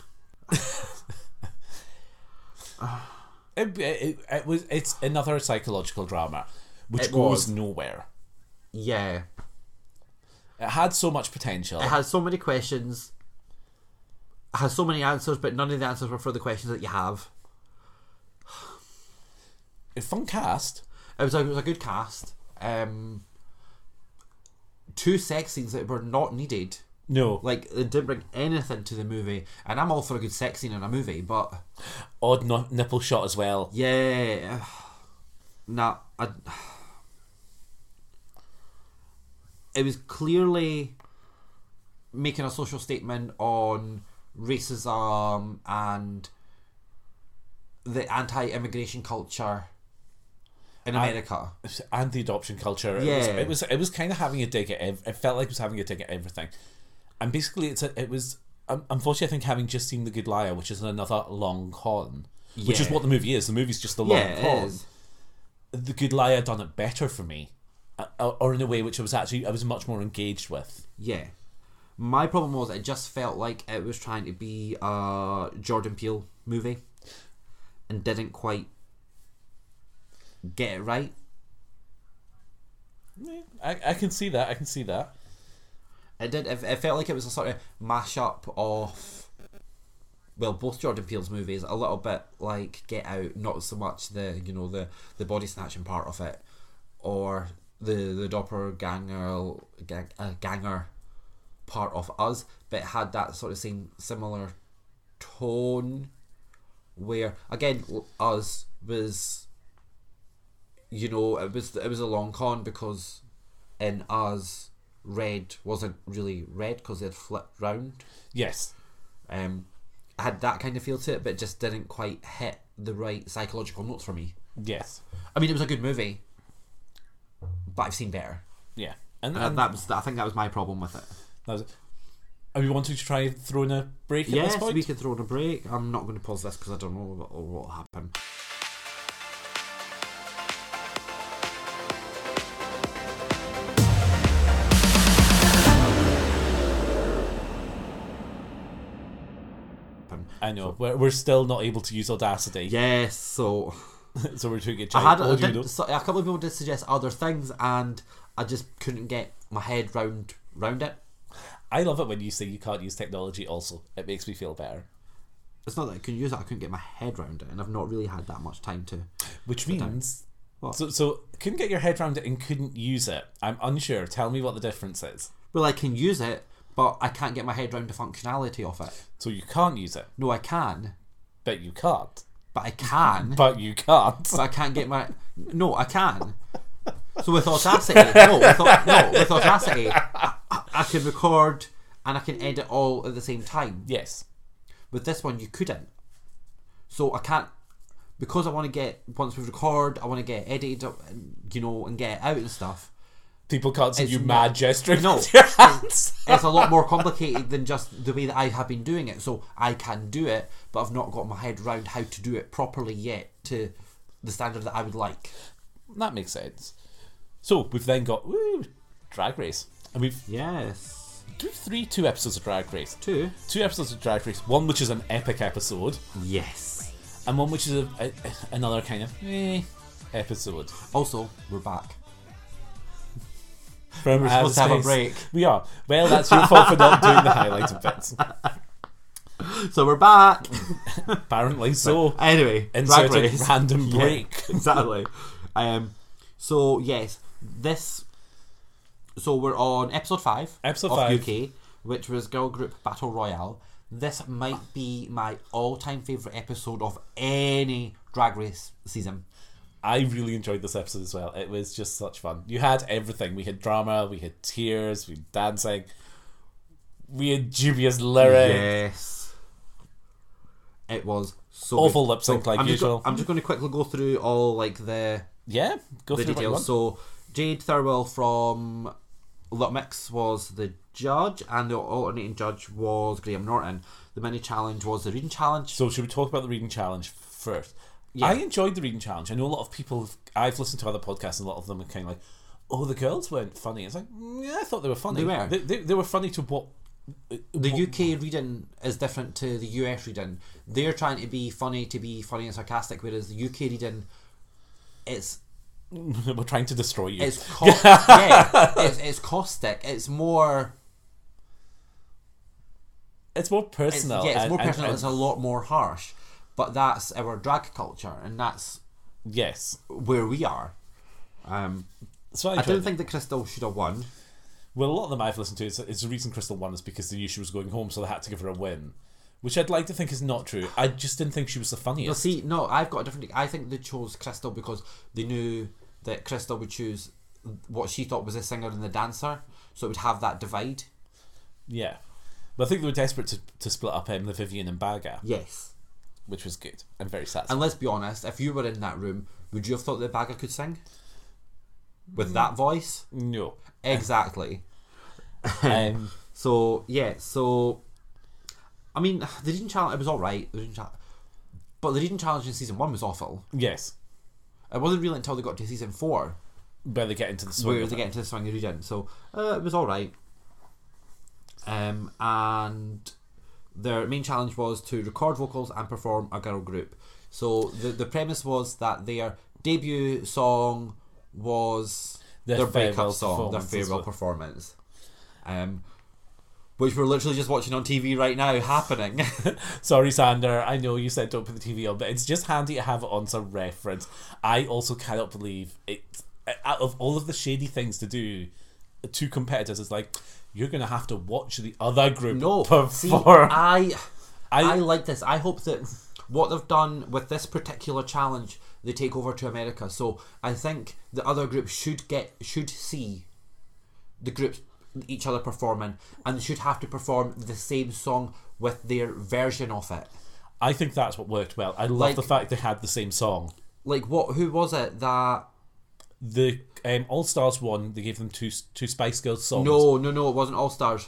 S1: It, it, it was. It's another psychological drama, which
S2: It
S1: goes
S2: was.
S1: nowhere.
S2: Yeah,
S1: It had so much potential.
S2: it has so many questions, it has so many answers, but none of the answers were for the questions that you have.
S1: A fun cast.
S2: It was a, it was a good cast. Um, two sex scenes that were not needed.
S1: No, like
S2: Like it didn't bring anything to the movie, and I'm all for a good sex scene in a movie, but
S1: odd no- nipple shot as well.
S2: yeah, nah, I, it was clearly making a social statement on racism and the anti-immigration culture in America.
S1: Anti-adoption culture. It was,
S2: Yeah.
S1: it was. It was kind of having a dig at. Ev- it felt like it was having a dig at everything, and basically, it's a, it was. Um, unfortunately, I think having just seen The Good Liar, which is another long con, which is
S2: Yeah.
S1: what the movie is. The movie's just a long
S2: yeah,
S1: con.
S2: it is.
S1: the good lie had done it better for me uh, or in a way which i was actually i was much more engaged with
S2: Yeah. My problem was it just felt like it was trying to be a Jordan Peele movie and didn't quite get it right.
S1: i, I can see that i can see that
S2: It did. It, it felt like it was a sort of mashup of, well, both Jordan Peele's movies. A little bit like Get Out, not so much the you know the the body snatching part of it, or the the doppelganger gang, uh, ganger part of us, but it had that sort of same similar tone, where again l- us was. You know, it was it was a long con because in us red wasn't really red because they'd flipped round.
S1: yes
S2: Um, had that kind of feel to it, but just didn't quite hit the right psychological notes for me.
S1: yes
S2: I mean, it was a good movie, but I've seen better,
S1: yeah and,
S2: and
S1: and
S2: Uh, that was I think that was my problem with it.
S1: that was, are we wanting to try and throw in a break at this
S2: Yes,
S1: point
S2: we could throw in a break. I'm not going to pause this because I don't know what what will happen.
S1: i know we're, we're still not able to use audacity
S2: Yes, so
S1: (laughs) so we're doing it
S2: I had
S1: giant
S2: I
S1: audio
S2: did-
S1: notes.
S2: so- a couple of people did suggest other things, and I just couldn't get my head round round it.
S1: i love it when you say you can't use technology also it makes me feel better
S2: It's not that I couldn't use it; I couldn't get my head round it, and I've not really had that much time to.
S1: which means
S2: What?
S1: so, so couldn't get your head around it and couldn't use it i'm unsure tell me what the difference is
S2: Well, I can use it, but I can't get my head round the functionality of it.
S1: so you can't use it
S2: No, I can,
S1: but you can't
S2: but I can, but
S1: but you can't (laughs)
S2: I can't get my. No, I can. So with Audacity, no, with, Au- no, with Audacity, I, I, I can record and I can edit all at the same time.
S1: yes
S2: With this one, you couldn't. So I can't because I want to get once we record, I want to get edited, up and, you know, and get it out and stuff.
S1: People can't see you
S2: not-
S1: mad gesturing
S2: No.
S1: with your hands.
S2: It's a lot more complicated than just the way that I have been doing it. So I can do it, but I've not got my head round how to do it properly yet to the standard that I would like.
S1: (laughs) that makes sense. So we've then got woo, Drag Race, and we've
S2: Yes.
S1: two, three, two episodes of Drag Race,
S2: Two.
S1: two episodes of Drag Race. One which is an epic episode,
S2: Yes.
S1: and one which is a, a, another kind of eh, episode.
S2: Also, we're back.
S1: From Outer
S2: supposed to have
S1: Space.
S2: a break.
S1: We are. Well, that's your fault for not doing the highlighted
S2: (laughs)
S1: bits.
S2: So we're back.
S1: Apparently, so
S2: Oh, Anyway,
S1: insert
S2: Drag
S1: a
S2: Race.
S1: random
S2: (laughs) Yeah,
S1: break.
S2: exactly. Um, so yes, this. So we're on episode five.
S1: Episode
S2: of
S1: five.
S2: UK, which was girl group battle royale. This might be my all-time favorite episode of any Drag Race season.
S1: I really enjoyed this episode as well. It was just such fun. You had everything. We had drama, we had tears, we had dancing, we had dubious lyric.
S2: Yes. It was so
S1: Awful
S2: good.
S1: lip sync
S2: So
S1: like
S2: I'm just go-
S1: usual.
S2: I'm just going to quickly go through all like the
S1: Yeah, go
S2: the
S1: through what you
S2: details.
S1: want.
S2: So Jade Thirlwell from Lot Mix was the judge, and the alternating judge was Graham Norton. The mini challenge was the reading challenge.
S1: So should we talk about the reading challenge first? I enjoyed the reading challenge. I know a lot of people. have- I've listened to other podcasts, and a lot of them are kind of like, "Oh, the girls weren't funny." It's like, mm, yeah, I thought they were funny.
S2: They were.
S1: They, they, they were funny to what? (laughs)
S2: The UK reading is different to the US reading. They're trying to be funny to be funny and sarcastic, whereas the UK reading, it's
S1: we're trying to destroy you. (laughs)
S2: it's caustic. yeah, it's, it's caustic. It's more
S1: It's more personal.
S2: yeah, it's
S1: and-
S2: more
S1: and-
S2: personal.
S1: and-
S2: it's a lot more harsh, but that's our drag culture, and that's
S1: yes.
S2: where we are. Um,
S1: So I,
S2: I
S1: enjoyed
S2: don't
S1: it.
S2: think that Crystal should have won.
S1: Well, a lot of them I've listened to, it's, it's the reason Crystal won is because they knew she was going home, so they had to give her a win. Which I'd like to think is not true. I just didn't think she was the
S2: Well,
S1: funniest.
S2: see, no, I've got a different. I think they chose Crystal because they knew that Crystal would choose what she thought was the singer and the dancer, so it would have that divide.
S1: Yeah. But I think they were desperate to, to split up um, the Vivian and Baga,
S2: Yes.
S1: which was good and very satisfying.
S2: And let's be honest, if you were in that room, would you have thought that Bagger could sing? With that voice?
S1: no.
S2: Exactly. (laughs)
S1: Um,
S2: So, yeah, so. I mean, the Reading Challenge, it was alright. The Reading Challenge. But the Reading Challenge in season one was awful.
S1: yes.
S2: It wasn't really until they got to season four
S1: But they get into the swing.
S2: where
S1: of
S2: they
S1: it.
S2: get into the swing of reading. So uh, it was all right. Um, and their main challenge was to record vocals and perform a girl group. So the the premise was that their debut song was
S1: Their
S2: their, breakup
S1: farewell
S2: song, their
S1: performance
S2: farewell
S1: as well.
S2: performance. Um, which we're literally just watching on TV right now
S1: (laughs)
S2: happening.
S1: Sorry, Sander. I know you said don't put the TV on, but it's just handy to have it on as a reference. I also cannot believe it. uh, Out of all of the shady things to do to competitors, it's like you're going to have to watch the other group
S2: No,
S1: perform.
S2: see, I, I,
S1: I-
S2: like this. I hope that what they've done with this particular challenge, they take over to America. So I think the other groups should get should see the groups each other performing, and they should have to perform the same song with their version of it.
S1: I think that's what worked well. I love
S2: Like-
S1: the fact they had the same song.
S2: Like what? Who was it that?
S1: The um, All Stars one, they gave them two two Spice Girls songs.
S2: No, no, no. It wasn't All Stars.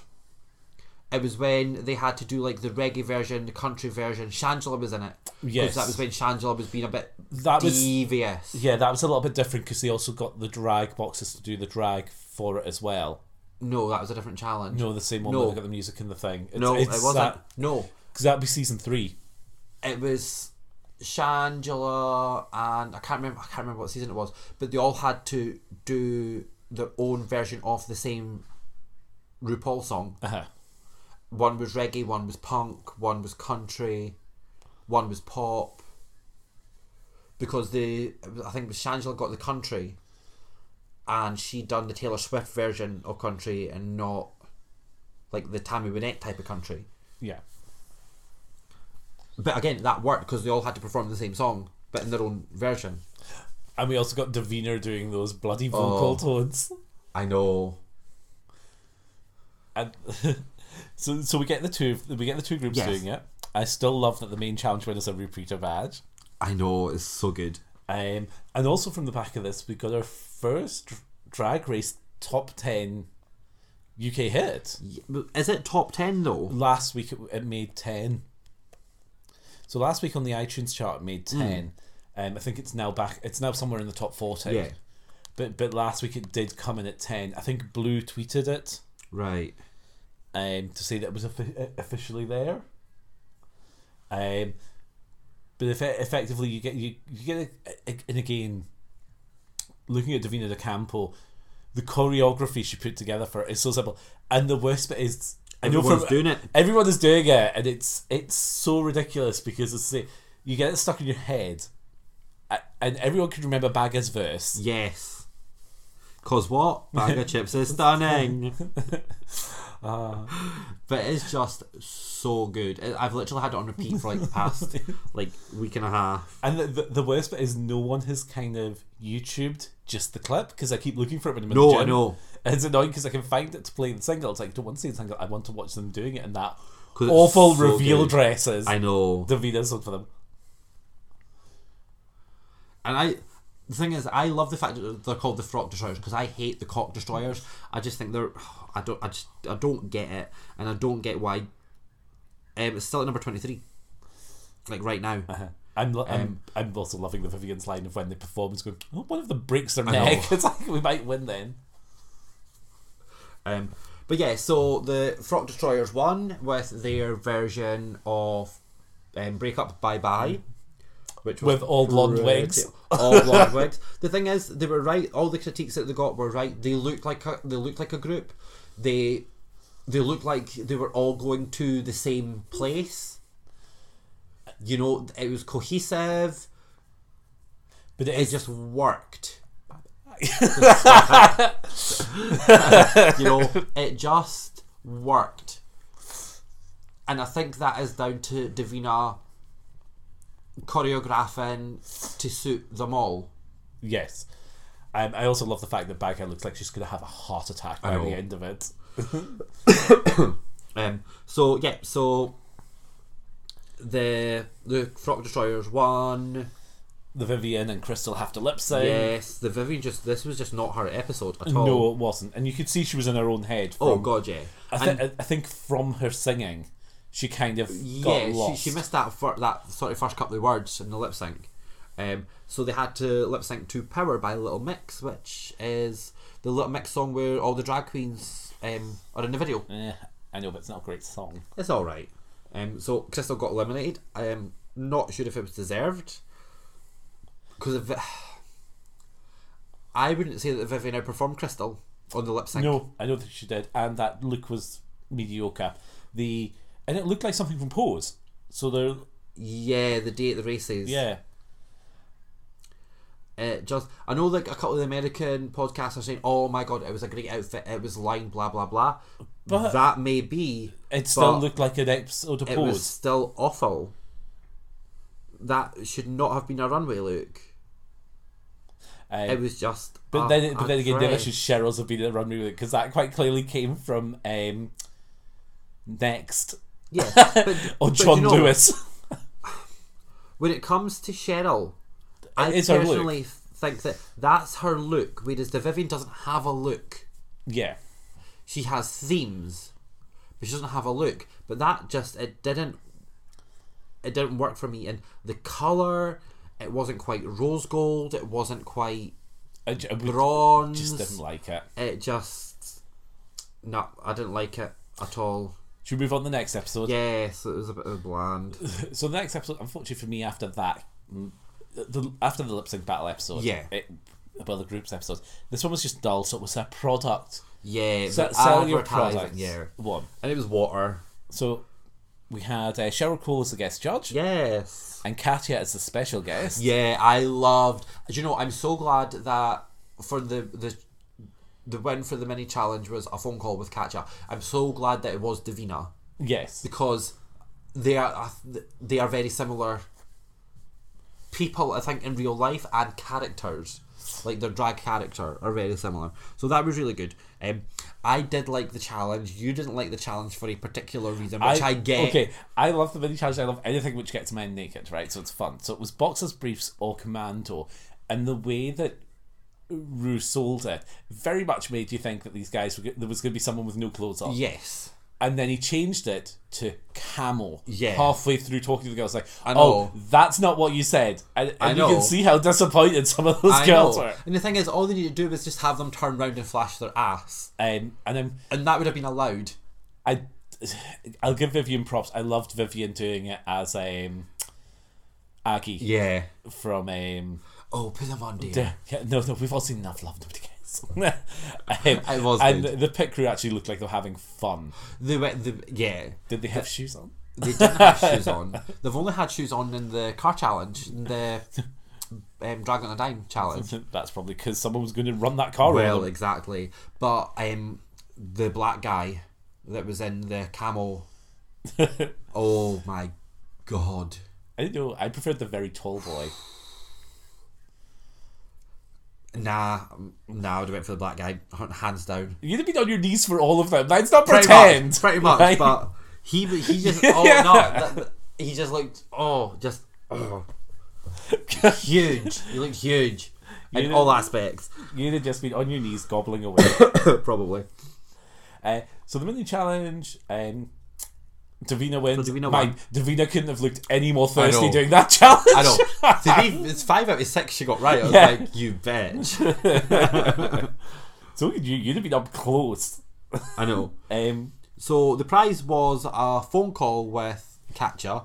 S2: It was when they had to do like the reggae version, the country version. Shangela was in it. 'Cause
S1: Yes.
S2: that was when Shangela was being a bit
S1: That was-
S2: devious.
S1: Yeah, that was a little bit different because they also got the drag boxes to do the drag for it as well.
S2: No, that was a different challenge.
S1: No, the same one
S2: No.
S1: where they got the music and the thing. It's,
S2: no,
S1: it's
S2: it wasn't.
S1: That,
S2: no,
S1: Because that'd be season three.
S2: it was Shangela and I can't remember. I can't remember what season it was, but they all had to do their own version of the same RuPaul song.
S1: Uh-huh.
S2: One was reggae, one was punk, one was country, one was pop. Because the I think it was Shangela got the country, and she done the Taylor Swift version of country and not like the Tammy Wynette type of country.
S1: Yeah.
S2: But again, that worked because they all had to perform the same song, but in their own version.
S1: And we also got Davina doing those bloody
S2: Oh.
S1: vocal tones.
S2: I know.
S1: And (laughs) so so we get the two we get the two groups
S2: Yes.
S1: doing it. I still love that the main challenge winner is a repeater badge.
S2: I know. It's so good.
S1: Um, and also from the back of this we got our first dr- drag race top ten UK hit.
S2: Is it top 10 though?
S1: Last week it, it made ten. So last week on the iTunes chart it made ten. Um, I think it's now back it's now somewhere in the top fourteen.
S2: Yeah.
S1: But but last week it did come in at ten. I think Blue tweeted it.
S2: Right.
S1: um, to say that it was offi- officially there. Um, but if effectively you get you, you get a, a, and again, looking at Davina De Campo, the choreography she put together for it is so simple, and the worst bit is I know
S2: Everyone's
S1: from-
S2: doing it.
S1: Everyone is doing it, and it's it's so ridiculous because it's say you get it stuck in your head, a- and everyone can remember Bagger's verse.
S2: Yes. Cause what? Bag of chips
S1: (laughs)
S2: is stunning. (laughs) but it's just so good. I- I've literally had it on repeat for like
S1: (laughs)
S2: the past like week and a half.
S1: And the, the, the worst bit is no one has kind of YouTubed just the clip because I keep looking for it when I'm in
S2: No,
S1: the
S2: I
S1: gym.
S2: know.
S1: And it's annoying because I can find it to play the single. It's like, I don't want to see the single. I want to watch them doing it in that
S2: 'Cause it's
S1: awful
S2: so
S1: reveal
S2: good.
S1: dresses.
S2: (laughs) I know.
S1: Davina's one for them.
S2: and I the thing is, I love the fact that they're called the Frock Destroyers because I hate the Cock Destroyers. I just think they're, I don't, I just, I don't get it, and I don't get why. Um, it's still at number twenty three, like right now.
S1: I'm, lo-
S2: Um,
S1: I'm, I'm also loving the Vivian's line of when the performance going, oh, one of them breaks their
S2: know.
S1: neck. (laughs) It's like, we might win then.
S2: Um, but yeah, so the Frock Destroyers won with their version of um, Break Up Bye Bye. Which was
S1: Mm. With all blonde
S2: pretty-
S1: wigs.
S2: All
S1: (laughs)
S2: blonde wigs. The thing is, they were right. All the critiques that they got were right. They looked like a, they looked like a group. They they looked like they were all going to the same place. You know, it was cohesive.
S1: But it
S2: It
S1: is
S2: just worked.
S1: (laughs)
S2: you know, it just worked. And I think that is down to Davina choreographing to suit them all.
S1: Yes. Um, I also love the fact that Baghead looks like she's going to have a heart attack by
S2: know.
S1: the end of it.
S2: Um, so yeah, so the the Frock Destroyers won.
S1: The Vivian and Crystal have to lip sync.
S2: Yes, the Vivian just this was just not her episode at all.
S1: No, it wasn't. And you could see she was in her own head. From,
S2: Oh god, yeah.
S1: I, thi- I- I think from her singing, she kind of got
S2: Yeah, she,
S1: lost.
S2: she missed that fir- that sort of first couple of words in the lip sync. Um, so they had to lip sync to "Power" by Little Mix, which is the Little Mix song where all the drag queens um, are in the video.
S1: Eh, I know, but it's not a great song.
S2: It's all right. Um, so Crystal got eliminated. I am not sure if it was deserved because if it, (sighs) I wouldn't say that Vivian outperformed Crystal on the lip sync.
S1: No, I don't think she did. And that look was mediocre. The And it looked like something from Pose. So there,
S2: Yeah, the day at the races.
S1: yeah.
S2: it Uh, just I know like a couple of the American podcasts are saying, "Oh my god, it was a great outfit. It was line blah blah blah."
S1: But-
S2: that may be.
S1: It still
S2: but
S1: looked like an episode of
S2: It was
S1: Pose.
S2: still awful. That should not have been a runway look.
S1: Um,
S2: It was just.
S1: But
S2: a-
S1: then, but
S2: a
S1: then again, then I
S2: dress.
S1: should Cheryl's have been at Runway with because that quite clearly came from um, Next (laughs)
S2: Yeah, but, but
S1: or
S2: you
S1: John
S2: know,
S1: Lewis. (laughs)
S2: When it comes to Cheryl, I
S1: It's her look.
S2: personally think that that's her look. Whereas the Vivian doesn't have a look.
S1: yeah,
S2: she has themes, but she doesn't have a look. But that just it didn't it didn't work for me. And the color, it wasn't quite rose gold. It wasn't quite
S1: I, ju- I would-
S2: bronze.
S1: just didn't like it.
S2: it just no, I didn't like it at all.
S1: Should we move on to the next episode?
S2: Yes, it was a bit of
S1: (laughs)
S2: a bland.
S1: So the next episode, unfortunately for me, after that, mm, the, after the lip sync battle episode,
S2: Yeah.
S1: it, well, the groups episode, this one was just dull. So it was a product.
S2: Yeah,
S1: So
S2: the
S1: sell your
S2: advertising,
S1: product.
S2: Yeah,
S1: One.
S2: and it was water.
S1: So we had uh, Cheryl Cole as the guest judge,
S2: Yes.
S1: and Katya as the special guest.
S2: Yeah, I loved. Do you know? I'm so glad that for the the the win for the mini challenge was a phone call with Katja. I'm so glad that it was Davina
S1: Yes.
S2: because they are uh, they are very similar people. I think in real life and characters, like their drag character, are very similar. So that was really good. Um, I did like the challenge. You didn't like the challenge for a particular reason, which I, get.
S1: Okay, I love the mini challenge. I love anything which gets men naked, right? So it's fun. So it was boxers, briefs, or commando, and the way that Rue sold it very much made you think that these guys were go- there was going to be someone with no clothes on,
S2: Yes.
S1: and then he changed it to camel.
S2: Yeah.
S1: halfway through talking to the girls, like,
S2: know.
S1: oh, that's not what you said, and, and you
S2: know.
S1: can see how disappointed some of those
S2: I
S1: girls
S2: know.
S1: were.
S2: And the thing is, all they need to do is just have them turn round and flash their ass.
S1: Um, and I'm
S2: And that would have been allowed.
S1: I I'll give Vivian props. I loved Vivian doing it as um Aggie
S2: Yeah.
S1: from um
S2: Oh, put them on, dear.
S1: (laughs) yeah, yeah, no no we've all seen enough love nobody cares. (laughs) um,
S2: It was
S1: and
S2: good.
S1: the pit crew actually looked like they were having fun.
S2: They went, the yeah.
S1: Did they have shoes on? (laughs)
S2: They didn't have (laughs) shoes on. They've only had shoes on in the car challenge, in the um, Dragon on a Dime challenge.
S1: That's probably because someone was going to run that car
S2: Well,
S1: over them.
S2: exactly. But um, the black guy that was in the (laughs) camel. oh my god.
S1: I don't know. I preferred the very tall boy.
S2: Nah, nah, I would have went for the black guy, hands down.
S1: You'd have been on your knees for all of them. Let's not
S2: pretty
S1: pretend.
S2: much, pretty
S1: (laughs)
S2: much.
S1: right?
S2: But he
S1: (laughs)
S2: he just oh no, that, that- he
S1: (laughs)
S2: just looked oh just oh, huge. He looked huge. in
S1: You-
S2: all aspects, (laughs)
S1: You'd have just been on your knees gobbling away.
S2: probably.
S1: uh, so the mini challenge. Um, Davina wins.
S2: So Davina
S1: Man,
S2: won.
S1: Davina couldn't have looked any more thirsty
S2: know.
S1: doing that (laughs) challenge.
S2: I know. To be, it's five out of six she got right. I was
S1: Yeah.
S2: like, you bitch.
S1: (laughs) So you, you'd have been up close.
S2: I know.
S1: Um,
S2: So the prize was a phone call with Katja,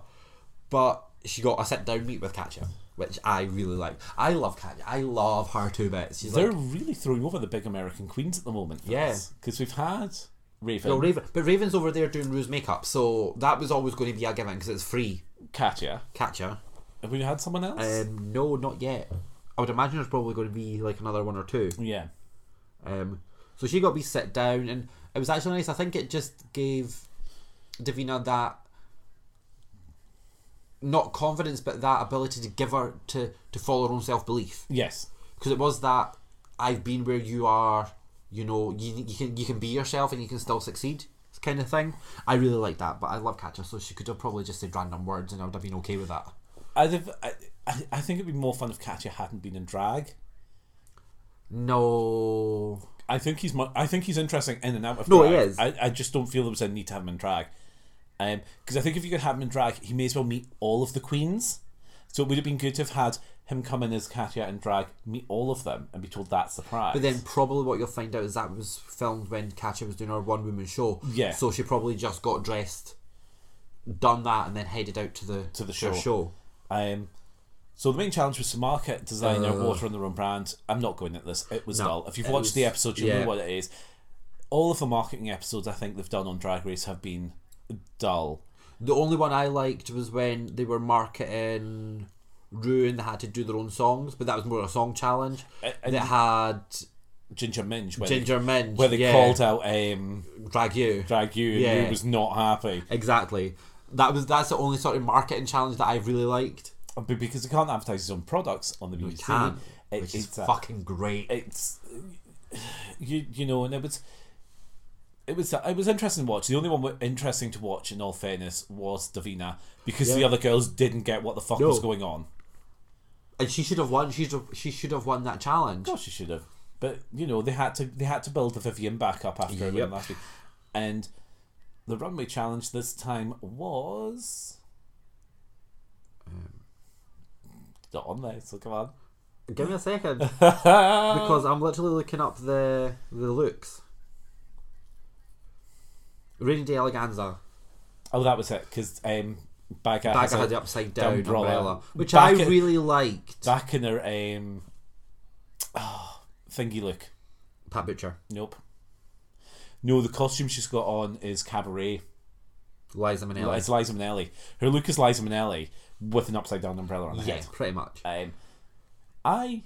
S2: but she got a sit down meet with Katja, which I really like. I love Katja. I love her two bits. She's
S1: they're
S2: like,
S1: really throwing over the big American queens at the moment.
S2: Yeah.
S1: Because we've had Raven,
S2: oh, Raven. But Raven's over there doing Rue's makeup, so that was always going to be a given because it's free.
S1: Katya.
S2: Katja.
S1: Have we had someone else?
S2: Um, no, not yet. I would imagine there's probably going to be like another one or two.
S1: yeah.
S2: Um, so she got to be sit down, and it was actually nice. I think it just gave Davina that not confidence, but that ability to give her to to follow her own self belief.
S1: Yes.
S2: Because it was that I've been where you are. You know, you, you can you can be yourself and you can still succeed. Kind of thing. I really like that, but I love Catcher, so she could have probably just said random words, and I would have been okay with that.
S1: I'd have, I, I I think it'd be more fun if Katya hadn't been in drag.
S2: No,
S1: I think he's mu- I think he's interesting in and out of
S2: No,
S1: drag.
S2: he is.
S1: I, I just don't feel there was a need to have him in drag. Because I think if you could have him in drag, he may as well meet all of the queens. So it would have been good to have had him come in as Katya in drag, meet all of them, and be told that's the prize.
S2: But then probably what you'll find out is that was filmed when Katya was doing her one woman show.
S1: Yeah.
S2: So she probably just got dressed, done that, and then headed out to the
S1: To the
S2: her
S1: show. Um, so the main challenge was to market, design their water on their own brand. I'm not going at this. It was dull. If you've
S2: Uh. it
S1: watched the
S2: was-
S1: episode, you'll
S2: yeah.
S1: know what it is. All of the marketing episodes I think they've done on Drag Race have been dull.
S2: The only one I liked was when they were marketing Rue and they had to do their own songs, but that was more a song challenge.
S1: and-
S2: they had
S1: Ginger Minge, where
S2: Ginger Minge.
S1: they, where they
S2: yeah,
S1: called out um,
S2: Drag You.
S1: Drag You, and
S2: Yeah.
S1: Rue was not happy
S2: exactly. That was that's the only sort of marketing challenge that I really liked.
S1: but because they can't advertise his own products on the BBC.
S2: Can,
S1: it-
S2: which is
S1: it's a-
S2: fucking great.
S1: it's you you know, and it was it was it was interesting to watch. The only one wa- interesting to watch, in all fairness, was Davina because the
S2: Yeah.
S1: other girls didn't get what the fuck
S2: No.
S1: was going on.
S2: and she should have won. She should have, she should have won that challenge.
S1: Of course, you should have. But you know, they had to they had to build the Vivian back up after her win
S2: Yep.
S1: last week, and the runway challenge this time was.
S2: Um,
S1: Not on there, so come on.
S2: Give me
S1: (laughs)
S2: a second because I'm literally looking up the the looks. Rainy day eleganza.
S1: Oh, that was it because um, Bagger,
S2: Bag
S1: has
S2: had
S1: a-
S2: the upside down
S1: umbrella.
S2: umbrella, which
S1: Back
S2: I
S1: at-
S2: really liked.
S1: back in her um, oh, thingy look.
S2: Pat Butcher,
S1: Nope. No, the costume she's got on is cabaret.
S2: Liza Minnelli.
S1: It's Liza Minnelli. Her look is Liza Minnelli with an upside down umbrella on her
S2: Yes, pretty much.
S1: head. Um, I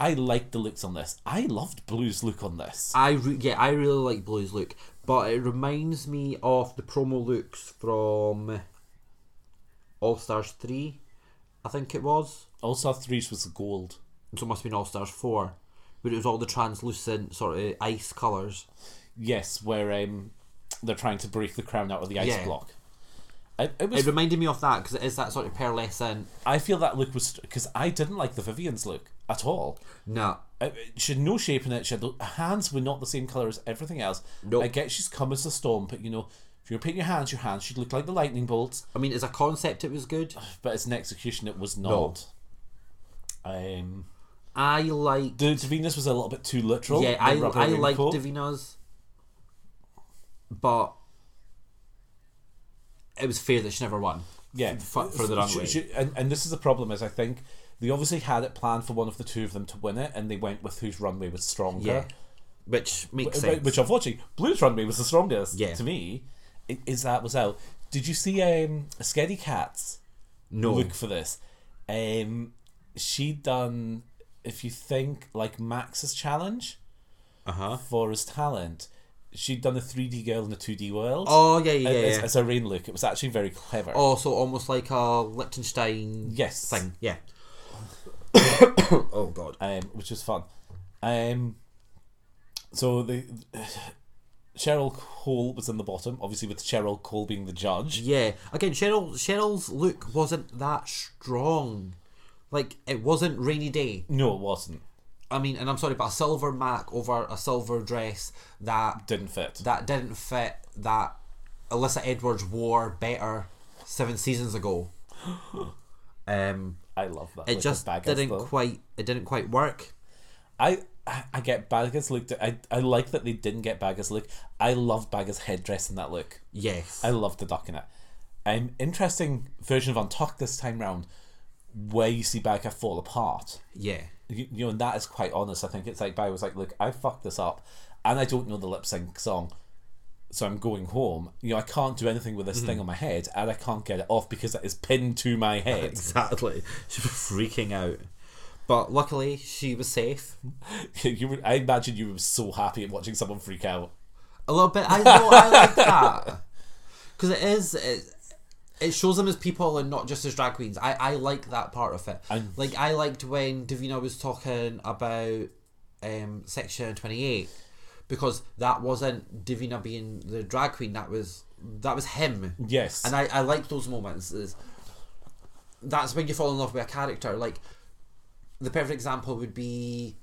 S1: I liked the looks on this. I loved Blue's look on this.
S2: I re- yeah, I really like Blue's look, but it reminds me of the promo looks from All Stars three, I think it was.
S1: Also, threes was the gold.
S2: so it must have been All Stars four, but it was all the translucent sort of ice colours.
S1: Yes, where um, they're trying to break the crown out of the ice
S2: Yeah.
S1: block. It, it was.
S2: It reminded me of that because it is that sort of pearlescent.
S1: I feel that look was because I didn't like the Vivian's look at all.
S2: No,
S1: Uh, she had no shape in it. She had her hands were not the same color as everything else.
S2: Nope.
S1: I get she's come as the storm, but you know, if you're painting your hands, your hands should look like the lightning bolts.
S2: I mean as a concept it was good.
S1: But as an execution, it was not. Um,
S2: I like
S1: the Venus was a little bit too literal.
S2: yeah,
S1: the
S2: I
S1: rubber
S2: I
S1: raincoat.
S2: like Davina's, but it was fair that she never won.
S1: yeah
S2: f- for the
S1: Sh-
S2: runway.
S1: sh- and, and this is the problem is I think they obviously had it planned for one of the two of them to win it, and they went with whose runway was stronger.
S2: Yeah, which makes
S1: Right,
S2: sense.
S1: which unfortunately Blues Runway was the strongest
S2: Yeah.
S1: to me. i- Is that was out. Did you see um Scaredy Cats
S2: no,
S1: look for this? Um she done if you think like Max's challenge
S2: uh-huh.
S1: for his talent, she'd done a three D girl in a two D world.
S2: Oh yeah, yeah, yeah.
S1: As,
S2: yeah. Oh.
S1: as a rain look. It was actually very clever.
S2: also, almost like a Liechtenstein
S1: Yes.
S2: thing. Yeah. (coughs) oh god.
S1: um, which was fun. Um, so the (sighs) Cheryl Cole was in the bottom, obviously with Cheryl Cole being the judge.
S2: Yeah. Again, Cheryl Cheryl's look wasn't that strong. Like it wasn't rainy day.
S1: No, it wasn't.
S2: I mean, and I'm sorry, but a silver Mac over a silver dress that
S1: Didn't fit.
S2: that didn't fit that Alyssa Edwards wore better seven seasons (gasps) ago. um,
S1: I love that.
S2: it
S1: little
S2: just
S1: bag of
S2: didn't
S1: stuff.
S2: quite. It didn't quite work.
S1: I I I get Baggas looked. I I like that they didn't get Baggas look. I love Baggas headdress in that look.
S2: Yes.
S1: I love the duck in it. Um, interesting version of Untucked this time round, where you see Bagger fall apart.
S2: yeah.
S1: You, you know, and that is quite honest. I think it's like Bagger was like, "Look, I fucked this up, and I don't know the lip sync song, so I'm going home. You know, I can't do anything with
S2: Mm-hmm.
S1: this thing on my head, and I can't get it off because it is pinned to my head."
S2: Exactly. (laughs) She was freaking out. But luckily, she was safe.
S1: (laughs) you were, I imagine you were so happy at watching someone freak out.
S2: A little bit. I know.
S1: (laughs)
S2: I like that because it is. It, it shows them as people and not just as drag queens. I, I like that part of it.
S1: And-
S2: like I liked when Davina was talking about um, section twenty eight because that wasn't Davina being the drag queen. That was that was him.
S1: Yes,
S2: And I, I like those moments. Is that's when you fall in love with a character. Like the perfect example would be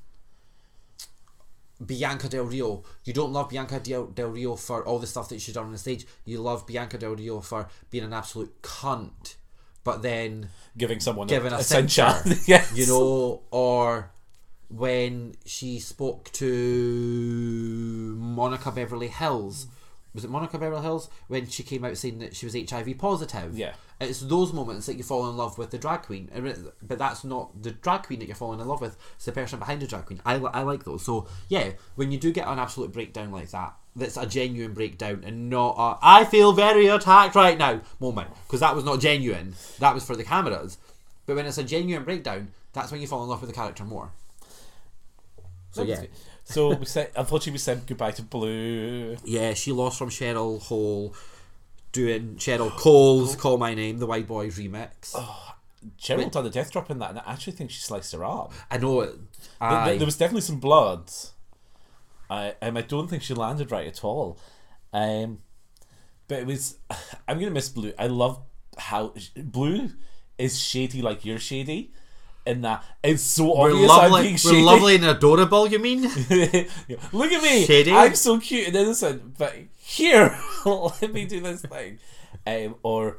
S2: Bianca Del Rio. You don't love Bianca Del, Del Rio for all the stuff that she's done on the stage. You love Bianca Del Rio for being an absolute cunt, but then
S1: giving someone
S2: given
S1: a,
S2: a,
S1: a
S2: censure.
S1: censure. (laughs) yes.
S2: You know, or when she spoke to Monica Beverly Hills. Was it Monica Beverly Hills when she came out saying that she was HIV positive?
S1: Yeah.
S2: it's those moments that you fall in love with the drag queen, And it- but that's not the drag queen that you're falling in love with. It's the person behind the drag queen. I, li- I like those. So yeah, when you do get an absolute breakdown like that, that's a genuine breakdown and not a I feel very attacked right now moment because that was not genuine. That was for the cameras. But when it's a genuine breakdown, that's when you fall in love with the character more. So yeah,
S1: So we said, unfortunately, we said goodbye to Blue.
S2: yeah, she lost from Cheryl Hole. Doing Cheryl Cole's "Call My Name," the White Boys remix.
S1: Cheryl done a death drop in that, and I actually think she sliced her arm. Th-
S2: I know. It, aye.
S1: th- There was definitely some blood. I um, I don't think she landed right at all. Um, but it was. (sighs) I'm gonna miss Blue. I love how Blue is shady, like you're shady. In that it's so
S2: We're
S1: obvious I'm
S2: lovely,
S1: being
S2: we're
S1: shady.
S2: lovely and adorable, you
S1: (laughs)
S2: mean?
S1: Look at me.
S2: Shady.
S1: I'm so cute and innocent, but here, (laughs) let me do this thing. Um, or,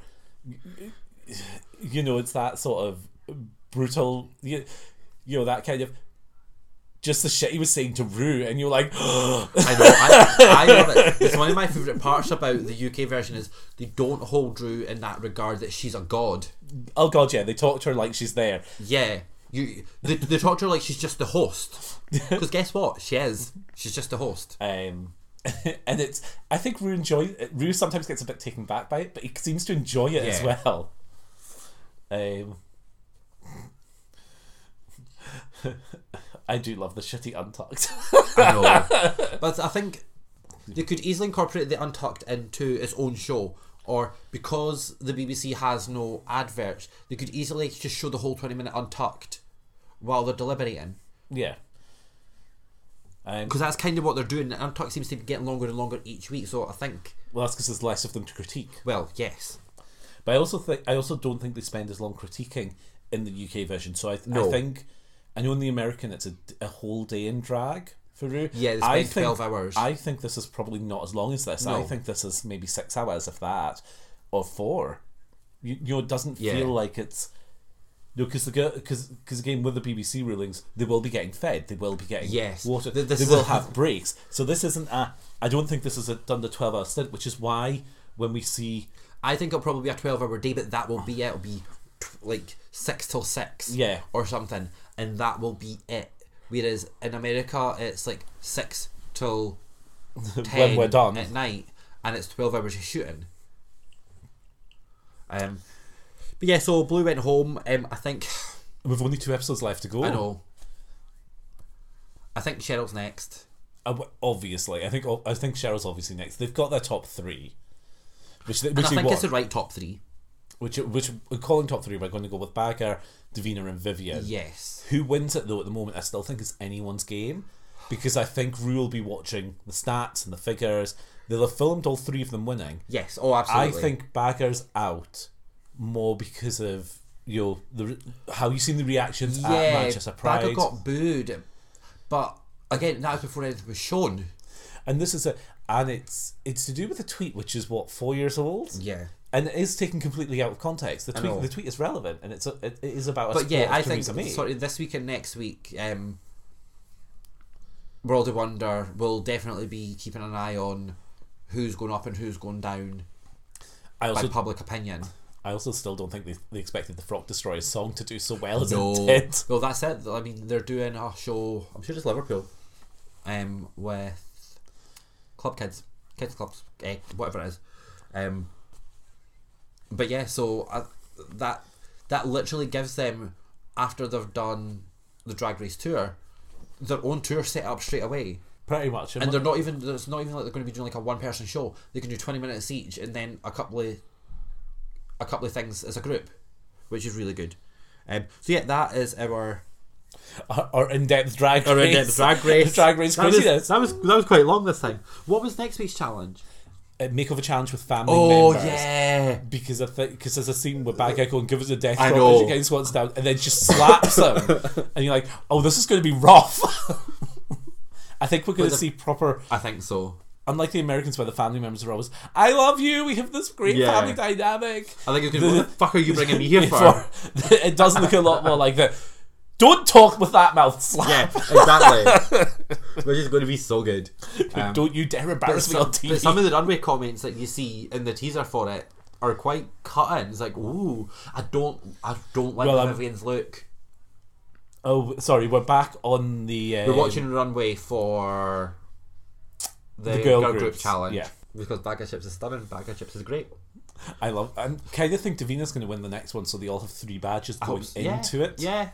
S1: you know, it's that sort of brutal, you, you know, that kind of just the shit he was saying to Rue, and you're like, (gasps) oh
S2: I know, I, I love it. It's one of my favourite parts about the UK version is they don't hold Drew in that regard that she's a god.
S1: oh god, yeah, they talk to her like she's there.
S2: Yeah. You, they, they talk to her like she's just the host. Because guess what? She is. She's just the host.
S1: Um, (laughs) and it's, I think Rue enjoys, Rue sometimes gets a bit taken back by it, but he seems to enjoy it as
S2: Yeah.
S1: well. Um, (laughs) I do love the shitty untucked. (laughs)
S2: I know. but I think they could easily incorporate the Untucked into its own show. Or because the BBC has no adverts, they could easily just show the whole 20 minute Untucked while they're deliberating.
S1: yeah. Um,
S2: because that's kind of what they're doing. And Untucked seems to be getting longer and longer each week. So I think,
S1: well, that's because there's less of them to critique.
S2: well, yes,
S1: But I also think I also don't think they spend as long critiquing in the UK version. So I, th- I
S2: No.
S1: think I know in the American it's a, a whole day in drag for Rue.
S2: Yeah, they
S1: I
S2: spend 12 hours.
S1: I think this is probably not as long as this. I
S2: No.
S1: think this is maybe six hours, if that, or four. You, you know, it doesn't
S2: Yeah.
S1: feel like it's. No, because the because because again with the BBC rulings, they will be getting fed, they will be getting
S2: Yes.
S1: water,
S2: Th- this
S1: they
S2: is
S1: will
S2: a- (laughs)
S1: have breaks. So this isn't a. I don't think this is a done the twelve hour stint, which is why when we see
S2: I think it'll probably be a twelve-hour day, but that will be it. It'll be tw- like six till six,
S1: Yeah.
S2: or something, and that will be it. Whereas in America, it's like six till ten
S1: (laughs) when we're done,
S2: at night, and it's twelve hours of shooting. Um, but yeah, so Blue went home. Um, I think
S1: We've only two episodes left to go.
S2: I know. I think Cheryl's next.
S1: Uh, w- obviously, I think I think Cheryl's obviously next. They've got their top three, which they, which
S2: I
S1: they
S2: think
S1: want.
S2: it's the right top three.
S1: Which which we're calling top three. We're going to go with Bagger, Davina, and Vivian.
S2: Yes.
S1: Who wins it though? At the moment, I still think it's anyone's game because I think Rue will be watching the stats and the figures. They'll have filmed all three of them winning.
S2: Yes. Oh, absolutely.
S1: I think Bagger's out more because of you know the re- how you seen the reactions at
S2: yeah.
S1: Manchester Pride.
S2: Bagger got booed. But again, that was before anything was shown.
S1: and this is a and it's it's to do with a tweet which is what four years old
S2: Yeah.
S1: and it is taken completely out of context the tweet
S2: know.
S1: the tweet is relevant and it's a, it, it is about a
S2: But yeah,
S1: sport
S2: I
S1: Theresa
S2: think
S1: May.
S2: sort of this week and next week, um, World of Wonder will definitely be keeping an eye on who's going up and who's going down
S1: I
S2: by
S1: also
S2: public opinion.
S1: I also still don't think they, they expected the Frock Destroyers song to do so well as it
S2: No,
S1: did (laughs)
S2: well that's it. I mean, they're doing a show. I'm sure it's Liverpool, um, with club kids, kids clubs, eh, whatever it is. Um, but yeah, so uh, that that literally gives them after they've done the Drag Race tour, their own tour set up straight away.
S1: pretty much
S2: and they're not even it's not even like they're going to be doing like a one person show they can do 20 minutes each and then a couple of a couple of things as a group which is really good um, so yeah that is our
S1: our, our in-depth drag race
S2: (laughs) drag race
S1: drag race
S2: that was,
S1: craziness
S2: that was that was quite long this time what was next week's challenge
S1: Uh, make of a challenge with family
S2: oh
S1: members
S2: yeah
S1: because I think because there's a scene where Bad Guy going gives us a death
S2: I
S1: drop
S2: know.
S1: as you guys wants down and then just slaps
S2: (laughs)
S1: him and you're like oh this is going to be rough (laughs) I think we're going to
S2: the-
S1: see proper
S2: i think so
S1: unlike the Americans where the family members are always I love you we have this great
S2: Yeah.
S1: family dynamic
S2: i think it's gonna (laughs) be, what the fuck are you bringing
S1: (laughs)
S2: me here for
S1: Before- it does look a lot more like the don't talk with that mouth (laughs) slap
S2: yeah (laughs) exactly which is going to be so good Um,
S1: don't you dare embarrass me
S2: some,
S1: on TV
S2: but some of the runway comments that you see in the teaser for it are quite cut in. It's like, ooh, I don't, I don't like
S1: Well,
S2: the
S1: I'm-
S2: Vivian's look.
S1: oh sorry we're back on the uh,
S2: We're watching runway for the,
S1: girl
S2: girl, group
S1: groups,
S2: challenge.
S1: yeah.
S2: Because bag of chips is stunning. Bag of chips is great.
S1: I love I kind of think Davina's going to win the next one so they all have three badges going
S2: Oh, Yeah,
S1: into it
S2: Yeah.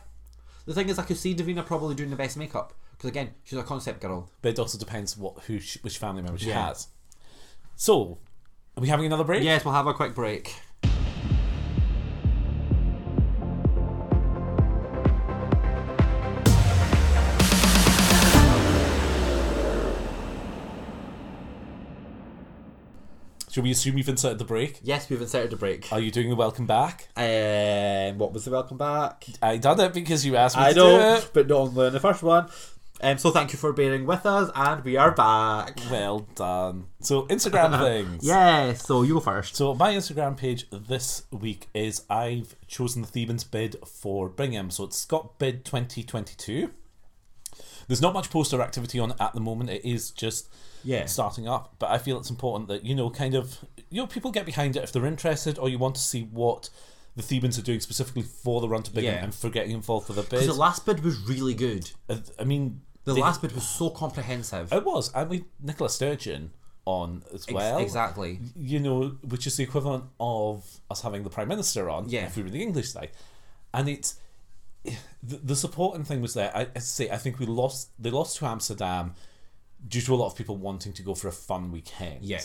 S2: The thing is, I could see Davina probably doing the best makeup because again, she's a concept girl.
S1: but it also depends what who she, which family member she
S2: Yeah.
S1: has. So, are we having another break?
S2: Yes, we'll have a quick break.
S1: Should we assume you've inserted the break?
S2: Yes, we've inserted a break.
S1: Are you doing the welcome back?
S2: Um, what was the welcome back?
S1: I done it because you asked me
S2: I
S1: to
S2: know,
S1: do it.
S2: but not on the, the first one. Um, so thank you for bearing with us, and we are back.
S1: Well done. So Instagram
S2: (laughs)
S1: things.
S2: Yeah, so you go first.
S1: So my Instagram page this week is I've chosen the Thebans bid for Bingham. So it's Scott bid 2022. There's not much poster activity on it at the moment. It is just
S2: Yeah.
S1: starting up, but I feel it's important that you know kind of you know people get behind it if they're interested or you want to see what the Thebans are doing specifically for the run to Bingham
S2: Yeah.
S1: and for getting involved for the bid.
S2: The last bid was really good.
S1: Uh, I mean,
S2: The Oh,
S1: they-
S2: last bid was so comprehensive.
S1: it was, and we Nicola Sturgeon on as well.
S2: exactly.
S1: you know, which is the equivalent of us having the prime minister on.
S2: Yeah.
S1: If we were the English side, and it's (sighs) the, the supporting thing was there. I, I say I think we lost. They lost to Amsterdam due to a lot of people wanting to go for a fun weekend.
S2: Yeah.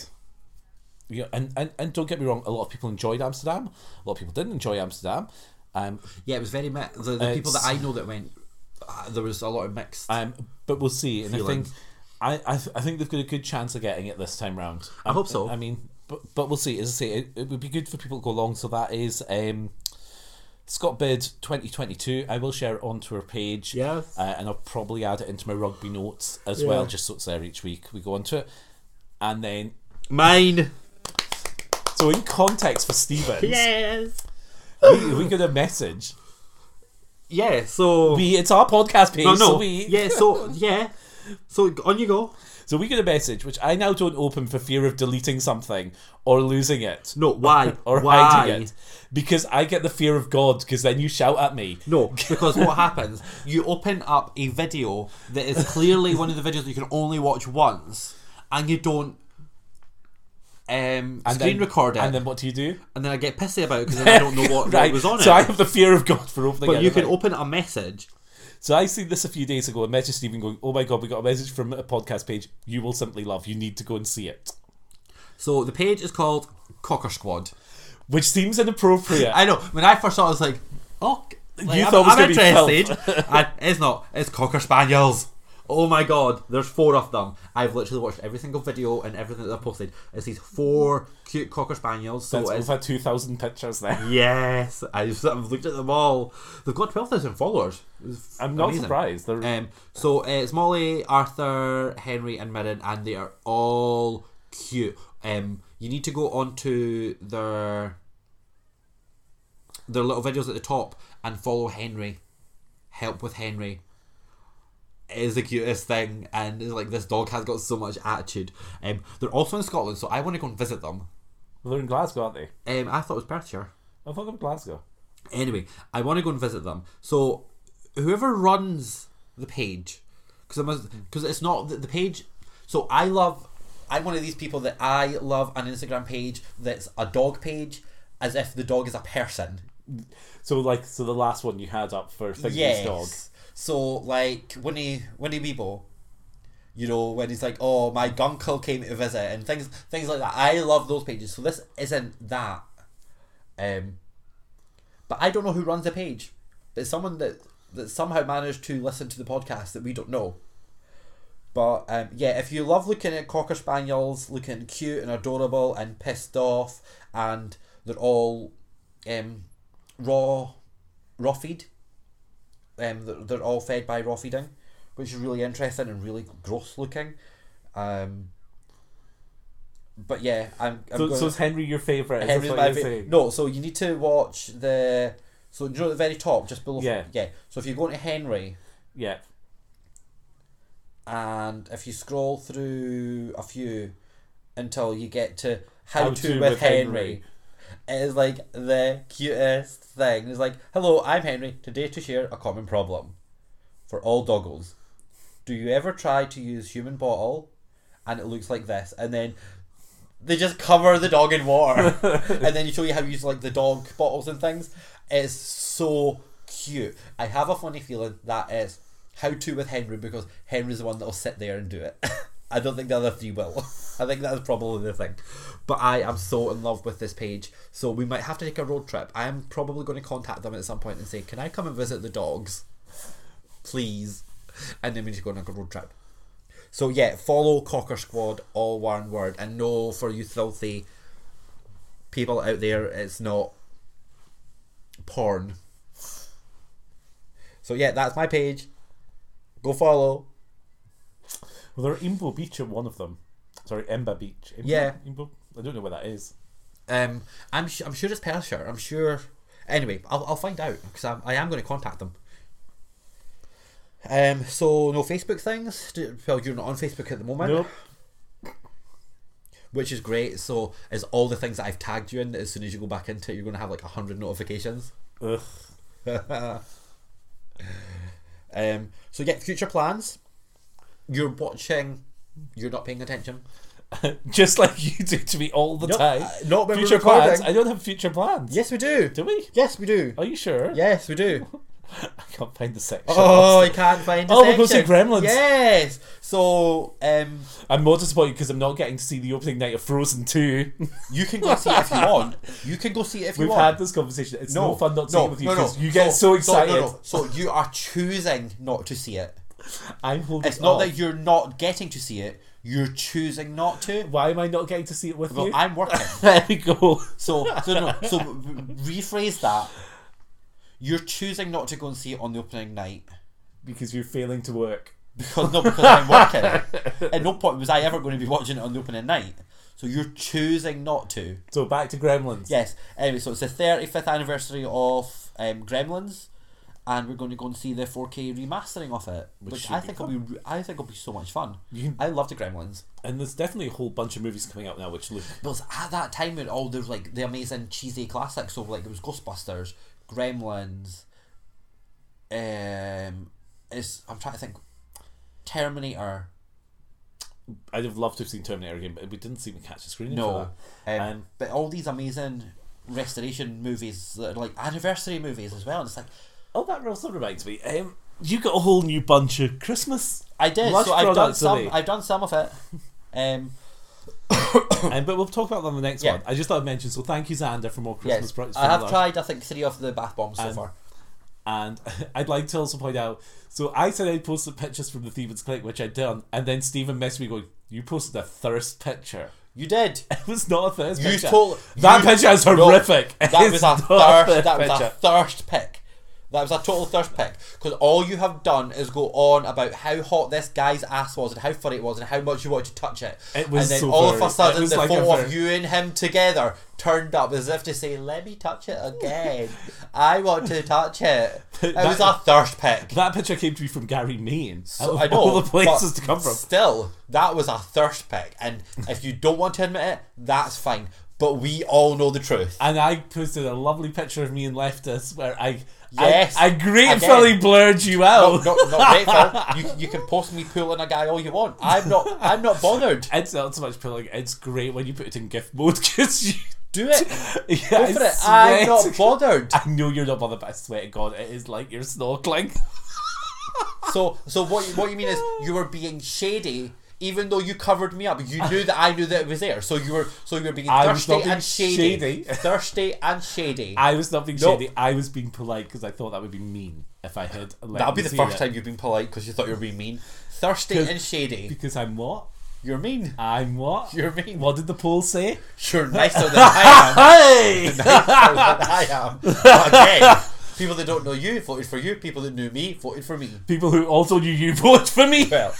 S1: You know, and, and and don't get me wrong. A lot of people enjoyed Amsterdam. A lot of people didn't enjoy Amsterdam. Um,
S2: Yeah, it was very mi- the, the people that
S1: It's-
S2: I know that went. Uh, there was a lot of mixed.
S1: um, but we'll see. And
S2: Feelings.
S1: I think I I, th- I think they've got a good chance of getting it this time round. I
S2: hope so.
S1: I mean, but but we'll see. As I say, it, it would be good for people to go along. So that is um, Scott Bid twenty twenty two. I will share it onto her page.
S2: Yes.
S1: uh, and I'll probably add it into my rugby notes as well,
S2: Yeah.
S1: just so it's there each week. We go onto it, and then
S2: Mine.
S1: so in context for Stevens,
S2: Yes.
S1: we, (laughs) we got a message.
S2: Yeah. So.
S1: We it's our podcast page.
S2: no,
S1: So
S2: no.
S1: we
S2: Yeah. So yeah. So on you go.
S1: So we get a message, which I now don't open for fear of deleting something or losing it.
S2: No. (laughs) Why?
S1: Or
S2: why?
S1: hiding it. Because I get the fear of God, because then you shout at me. (laughs)
S2: No, because what happens? You open up a video that is clearly one of the videos that you can only watch once, and you don't um, screen
S1: then,
S2: record it,
S1: And then what do you do?
S2: I get pissy about it because I don't know
S1: (laughs)
S2: what,
S1: right.
S2: what was on
S1: so
S2: it.
S1: I have the fear of God for opening
S2: but you
S1: anything.
S2: can open a message.
S1: so I see this a few days ago, and message Stephen going, Oh my God, we got a message from a podcast page. You will simply love. You need to go and see it.
S2: So the page is called Cocker Squad.
S1: Which seems inappropriate.
S2: (laughs) I know. When I first saw it, I was like, oh, like,
S1: You
S2: I'm,
S1: thought it was
S2: I'm
S1: gonna be
S2: (laughs) interested. I, it's not. It's Cocker Spaniels. Oh my god, there's four of them. I've literally watched every single video and everything that they've posted. It's these four cute cocker spaniels. So
S1: That's-
S2: it's
S1: We've had 2,000 pictures there.
S2: Yes, I just, I've looked at them all. They've got twelve thousand followers. It's
S1: I'm not
S2: amazing.
S1: surprised. They're,
S2: Um, so uh, it's Molly, Arthur, Henry, and Mirren, and they are all cute. Um, you need to go onto their their little videos at the top and follow Henry. Help with Henry is the cutest thing, and it's like this dog has got so much attitude. Um, they're also in Scotland, so I want to go and visit them.
S1: they're in Glasgow, aren't they?
S2: Um, I thought it was Perthshire.
S1: I thought they were Glasgow.
S2: Anyway, I want to go and visit them. So, whoever runs the page, because I must, because it's not the, the page. So I love. I'm one of these people that I love an Instagram page that's a dog page, as if the dog is a person.
S1: So, like, so the last one you had up for Figgy's
S2: Yes.
S1: dog.
S2: So like Winnie Winnie Weeble, you know when he's like, oh my gunkle came to visit and things things like that. I love those pages. So this isn't that. Um, but I don't know who runs the page, but it's someone that that somehow managed to listen to the podcast that we don't know. But um, yeah, if you love looking at cocker spaniels, looking cute and adorable and pissed off, and they're all um, raw, raw feed. Um, they're, they're all fed by raw feeding, which is really interesting and really gross looking. Um, but yeah, I'm. I'm
S1: So,
S2: gonna-
S1: so is Henry your favourite? Is
S2: Henry's
S1: this what
S2: my
S1: you're
S2: fa-
S1: saying?
S2: No, so you need to watch the. So you know at the very top, just below.
S1: Yeah.
S2: Yeah. So if you go into Henry,
S1: Yeah.
S2: and if you scroll through a few until you get to how,
S1: How
S2: to,
S1: to
S2: with,
S1: with
S2: Henry. It is like the cutest thing. It's like, hello, I'm Henry. Today to share a common problem for all doggles. Do you ever try to use human bottle and it looks like this? And then they just cover the dog in water. and then you show you how you use like the dog bottles and things. It's so cute. I have a funny feeling that is how to with Henry because Henry's the one that'll sit there and do it. (laughs) I don't think the other three will. I think that is probably the thing. But I am so in love with this page. So we might have to take a road trip. I am probably going to contact them at some point and say, Can I come and visit the dogs? Please. And then we need to go on like a road trip. So yeah, follow Cocker Squad, all one word. And no, for you filthy people out there, it's not porn. So yeah, that's my page. Go follow.
S1: Well, they're at Imbo Beach at one of them. Sorry, Emba Beach. Imbo,
S2: Yeah.
S1: Imbo? I don't know where that is.
S2: Um, I'm su- I'm sure it's Perthshire. I'm sure. Anyway, I'll, I'll find out because I'm, I am going to contact them. Um, so no Facebook things. Do- Well, you're not on Facebook at the moment.
S1: Nope.
S2: which is great. So is all the things that I've tagged you in. As soon as you go back into it, you're going to have like hundred notifications.
S1: Ugh. (laughs)
S2: Um, so yeah, future plans. You're watching. You're not paying attention.
S1: Just like you do to me all the
S2: Nope.
S1: time.
S2: Uh, not when we're
S1: future plans.
S2: recording.
S1: I don't have future plans.
S2: Yes, we do.
S1: Do we?
S2: Yes, we Oh, do.
S1: Are you sure?
S2: Yes, we do.
S1: (laughs) I can't find the section.
S2: (laughs) Oh, you can't find. a
S1: Oh, we're going to
S2: section.
S1: see Gremlins.
S2: Yes. So um,
S1: I'm more disappointed because I'm not getting to see the opening night of Frozen
S2: (laughs)
S1: 2.
S2: you can go see it
S1: (laughs)
S2: if you want. You can go see it if
S1: We've
S2: you want.
S1: had this conversation. It's no, fun not seeing it with you
S2: no, no.
S1: because you get so, excited.
S2: So, no, no. So you are choosing not to see it.
S1: I'm holding
S2: It's not
S1: off.
S2: that you're not getting to see it. You're choosing not to.
S1: Why am I not getting to see it with
S2: Well,
S1: you?
S2: I'm working.
S1: (laughs) there we go.
S2: So,
S1: (laughs)
S2: so no. So rephrase that. You're choosing not to go and see it on the opening night
S1: Because you're failing to work.
S2: because no, because I'm working. At no point was I ever going to be watching it on the opening night. So you're choosing not to.
S1: So back to Gremlins.
S2: Yes. Anyway, so it's the 35th anniversary of um, Gremlins, and we're going to go and see the 4K remastering of it, which,
S1: should
S2: I
S1: be
S2: think will be re- I think will be so much fun.
S1: You-
S2: I love the Gremlins.
S1: And there's definitely a whole bunch of movies coming out now which look
S2: Because at that time, it all there was like the amazing cheesy classics. So like there was Ghostbusters, Gremlins. Um, is I'm trying to think, Terminator.
S1: I'd have loved to have seen Terminator again, but we didn't seem to catch the screening
S2: No,
S1: for
S2: um,
S1: that. and
S2: but all these amazing restoration movies that are like anniversary movies as well. And it's like
S1: oh, that also reminds me. Um, you got a whole new bunch of
S2: (coughs)
S1: Christmas,
S2: I did.
S1: Lush
S2: so I've done
S1: products,
S2: some.
S1: Lily.
S2: I've done some of it. Um,
S1: um, but we'll talk about them on the next
S2: Yeah.
S1: one. I just thought I'd mention. So thank you, Xander, for more Christmas
S2: yes,
S1: products.
S2: I
S1: from
S2: have
S1: Lush.
S2: tried. I think three of the bath bombs so far.
S1: And (laughs) I'd like to also point out so I said I'd posted pictures from the Thebans Clinic, which I'd done, and then Stephen messaged me going, You posted a thirst picture. (laughs)
S2: You did.
S1: It was not a thirst
S2: You
S1: picture.
S2: told-
S1: that
S2: you-
S1: picture is
S2: No,
S1: horrific. (laughs)
S2: That
S1: It's
S2: was a
S1: not
S2: thirst. That was
S1: picture.
S2: a thirst pick. That was a total thirst pick because all you have done is go on about how hot this guy's ass was and how funny it was and how much you wanted to touch it.
S1: It was
S2: and then
S1: so
S2: all of
S1: furry.
S2: a
S1: It
S2: sudden,
S1: was
S2: the
S1: like a
S2: photo of
S1: furry-
S2: you and him together turned up as if to say, "Let me touch it again. I want to touch it."
S1: (laughs)
S2: It
S1: That-
S2: was a thirst pick.
S1: That picture came to me from Gary Main.
S2: So
S1: out
S2: I
S1: of
S2: know
S1: all the places
S2: but
S1: to come from.
S2: Still, that was a thirst pick, and if you don't want to admit it, that's fine. But we all know the truth.
S1: And I posted a lovely picture of me and Leftus where I
S2: Yes,
S1: I, I gratefully
S2: again.
S1: blurred you out.
S2: No, not better. You, you can post me pulling a guy all you want. I'm not. I'm not bothered.
S1: It's not so much pulling. It's great when you put it in gift mode (laughs) because you.
S2: Do it.
S1: Yeah,
S2: Go
S1: I
S2: for it.
S1: swear
S2: I'm
S1: to (laughs)
S2: not bothered.
S1: I know you're not bothered, but I swear to God, it is like you're snorkeling.
S2: So, so what? You, what you mean is you were being shady, even though you covered me up. You knew that I knew that it was there. So you were. So you were being
S1: I was
S2: thirsty
S1: not being
S2: and shady.
S1: shady.
S2: Thirsty and shady.
S1: I was not being
S2: Nope.
S1: shady. I was being polite because I thought that would be mean if I had. let
S2: That'll be
S1: you
S2: the
S1: see
S2: first
S1: it.
S2: time you've been polite because you thought you were being mean. Thirsty
S1: Good.
S2: and shady.
S1: Because I'm what?
S2: You're (laughs) mean.
S1: I'm what?
S2: You're mean.
S1: What did the poll say?
S2: (laughs) You're nicer than I am.
S1: Hey!
S2: (laughs) Nicer than I am. But again, people that don't know you voted for you. People that knew me voted for me.
S1: (laughs) People who also knew you voted for
S2: (laughs)
S1: me.
S2: Well.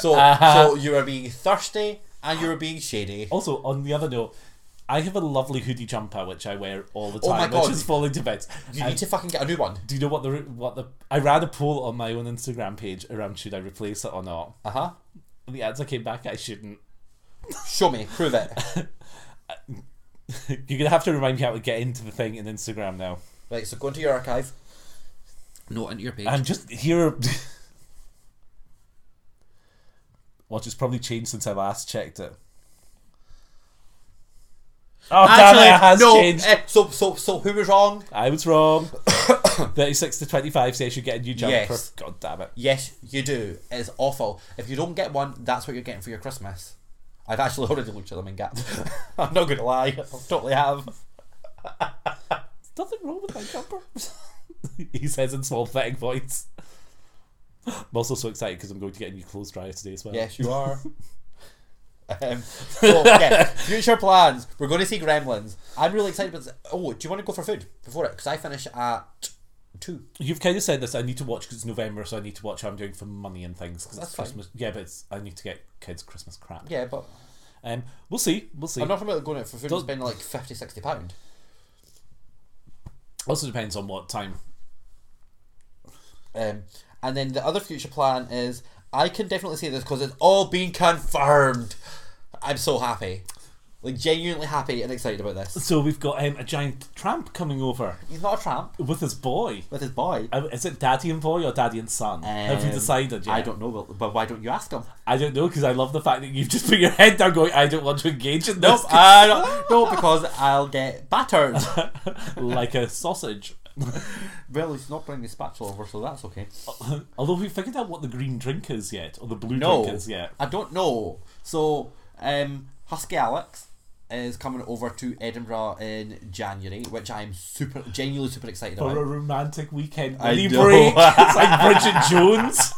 S2: so, so you were being thirsty and you were being shady.
S1: Also, on the other note, I have a lovely hoodie jumper which I wear all the
S2: Oh my
S1: time,
S2: God.
S1: which is falling to bits.
S2: You
S1: And
S2: need to fucking get a new one.
S1: do you know what the what the? I ran a poll on my own Instagram page around should I replace it or not.
S2: Uh huh.
S1: The answer came back I shouldn't. (laughs)
S2: Show me. Prove (laughs) it.
S1: You're gonna have to remind me how to get into the thing in Instagram now.
S2: Right. So go into your archive. No, into your page.
S1: And just here. (laughs) Watch, it's probably changed since I last checked it. Oh, damn it, it has
S2: no.
S1: changed.
S2: eh, so, so, so who was wrong?
S1: I was
S2: (coughs)
S1: wrong. 36 to 25 says you get a new jumper.
S2: Yes.
S1: God damn it.
S2: Yes, you do. It's awful. If you don't get one, that's what you're getting for your Christmas. I've actually (laughs) already looked at them in Gap. I'm not going to lie. I totally have.
S1: There's nothing wrong with my jumper. (laughs) he says in small, pathetic voice. I'm also so excited because I'm going to get a new clothes dryer today as well.
S2: Yes, you are. um, so, yeah, future plans. We're going to see Gremlins. I'm really excited about this. Oh, do you want to go for food before it? Because I finish at two.
S1: You've kind of said this. I need to watch because it's November, so I need to watch how I'm doing for money and things because it's
S2: That's fine.
S1: Christmas. Yeah, but it's, I need to get kids Christmas crap.
S2: Yeah, but
S1: Um, we'll see. We'll see.
S2: I'm not talking about going out for food
S1: Don't-
S2: and spending like 50, 60 pounds.
S1: also depends on what time.
S2: Um, and then the other future plan is I can definitely say this because it's all been confirmed. I'm so happy. Like, genuinely happy and excited
S1: (laughs)
S2: about this.
S1: So we've got um, a giant tramp coming over
S2: He's not a tramp
S1: with his boy.
S2: with his boy.
S1: Um, Is it daddy and boy or daddy and son? Have we
S2: Um,
S1: decided yet?
S2: I don't know, but, but why don't you ask him?
S1: (laughs) I don't know because I love the fact that you've just put your head down going, I don't want to engage in this.
S2: Nope, I don't, no, because I'll get battered.
S1: (laughs) like a
S2: (laughs)
S1: sausage.
S2: well, he's not bringing the spatula over, so that's okay.
S1: Although we figured out what the green drink is yet, or the blue
S2: No,
S1: drink is yet.
S2: I don't know. So, um, Husky Alex is coming over to Edinburgh in January, which I'm super, genuinely super excited
S1: For a
S2: about.
S1: romantic weekend
S2: I
S1: mini
S2: know. (laughs)
S1: break. it's like Bridget Jones.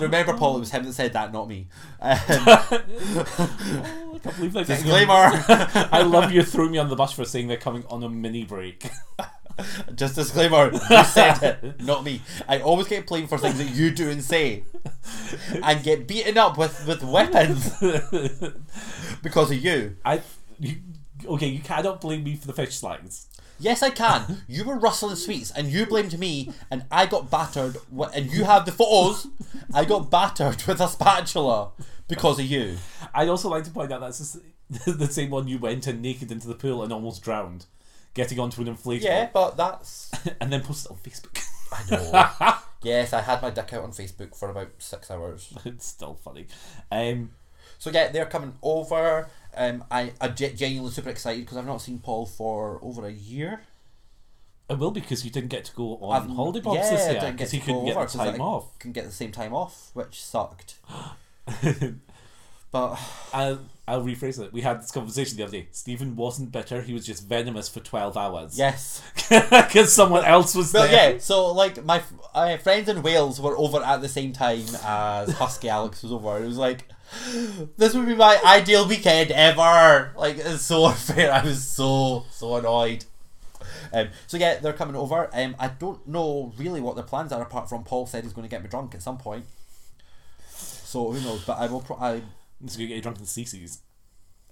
S2: Remember, Paul, it was him that said that, not me. Um,
S1: I can't believe they're getting on-
S2: Disclaimer.
S1: I love you threw me on the bus for saying they're coming on a mini break. (laughs)
S2: Just disclaimer. You said it, not me. I always get blamed for things that you do and say, and get beaten up with with weapons because of you.
S1: I, you, okay, you cannot blame me for the fish slides.
S2: Yes, I can. You were rustling sweets, and you blamed me, and I got battered. wi- And you have the photos. I got battered with a spatula because of you.
S1: I'd also like to point out that's the s- (laughs) the same one you went in naked into the pool and almost drowned, getting onto an inflatable,
S2: Yeah, but that's.
S1: (laughs) and then posted it on Facebook. (laughs)
S2: I know. yes, I had my dick out on Facebook for about six hours.
S1: it's (laughs) still funny. Um,
S2: So yeah, they're coming over. Um, I I'm ge- genuinely super excited because I've not seen Paul for over a year.
S1: it will because you didn't get to go on
S2: I've,
S1: holiday box
S2: yeah,
S1: this
S2: I
S1: year
S2: didn't get
S1: because he
S2: to
S1: couldn't
S2: go
S1: get
S2: over
S1: the
S2: 'cause I
S1: time off.
S2: Couldn't get the same time off, which sucked. But
S1: (laughs)
S2: (sighs)
S1: I'll, I'll rephrase it. We had this conversation the other day. Stephen wasn't bitter. He was just venomous for 12 hours. (laughs)
S2: yes.
S1: Because someone else was
S2: But
S1: there.
S2: yeah, so like my f- uh, friends in Wales were over at the same time as Husky Alex was over. It was like, (gasps) this would be my ideal weekend ever. Like it's so (laughs) unfair. I was so so annoyed. Um, so yeah, they're coming over. Um, I don't know really what their plans are apart from Paul said he's going to get me drunk at some point. So who knows? But I will. Pro- I
S1: He's going to get you drunk in CC's.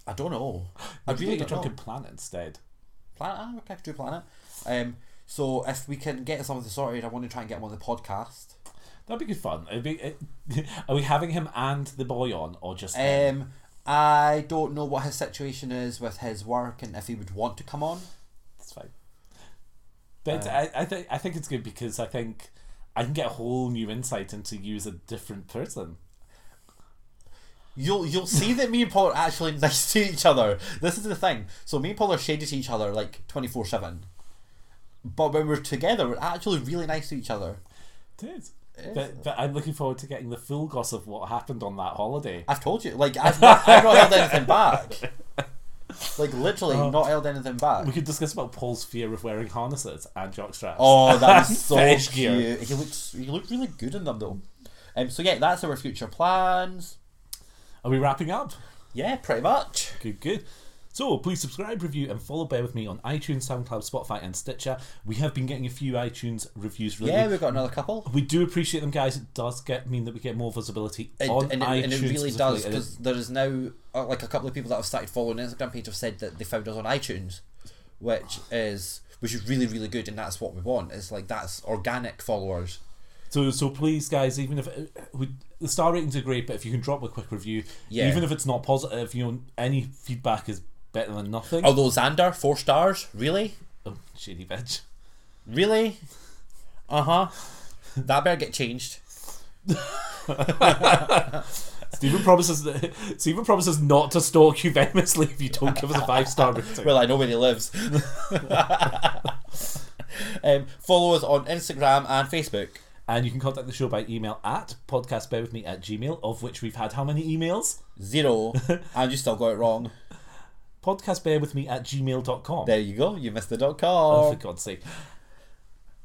S2: I don't know. I
S1: He's going to
S2: really
S1: get you
S2: don't know.
S1: drunk in Planet instead.
S2: Planet. I would have to do Planet. Um, so if we can get some of the sorted, I want to try and get him on the podcast.
S1: That'd be good fun. It'd be, it, (laughs) are we having him and the boy on, or just him?
S2: Um, I don't know what his situation is with his work and if he would want to come on.
S1: It's fine. But
S2: Eh.
S1: I, I think I think it's good because I think I can get a whole new insight into you as a different person.
S2: You'll you'll see that me and Paul are actually (laughs) nice to each other. This is the thing. So me and Paul are shaded to each other like twenty four seven. But when we're together, we're actually really nice to each other.
S1: It is. But, but I'm looking forward to getting the full gossip of what happened on that holiday.
S2: I've told you, like I've not, I've not held anything back. Like literally, not held anything
S1: (laughs)
S2: back.
S1: We could discuss about Paul's fear of wearing harnesses and jockstraps.
S2: Oh, that was so
S1: Fetish
S2: cute.
S1: gear.
S2: He looks he looked really good in them though. Um, so yeah, that's our future plans.
S1: Are we wrapping up?
S2: Yeah, pretty much.
S1: Good, good. So please subscribe, review, and follow Bear with Me on iTunes, SoundCloud, Spotify, and Stitcher. We have been getting a few iTunes reviews lately.
S2: Yeah, we've got another couple.
S1: we do appreciate them, guys. It does get mean that we get more visibility
S2: It,
S1: on
S2: and, it,
S1: iTunes.
S2: and it really does
S1: specifically.
S2: because there is now uh, like a couple of people that have started following the Instagram page have said that they found us on iTunes, which is which is really really good, and that's what we want. It's like that's organic followers.
S1: So, so please, guys, even if uh, we, the star ratings are great, but if you can drop a quick review,
S2: Yeah.
S1: even if it's not positive, you know, any feedback is better than nothing. Oh,
S2: Although Xander four stars, really,
S1: shady bitch.
S2: really, uh huh. That better get changed.
S1: Stephen promises that (laughs) Stephen promises not to stalk you venomously if you don't give us a five star rating.
S2: Well, I know where he lives. um, follow us on Instagram and Facebook.
S1: and you can contact the show by email at podcastbearwithme at gmail, of which we've had how many emails?
S2: Zero, and you still got it wrong.
S1: Podcastbearwithme at gmail.com.
S2: There you go. You missed the dot
S1: Oh, for
S2: com.
S1: God's sake.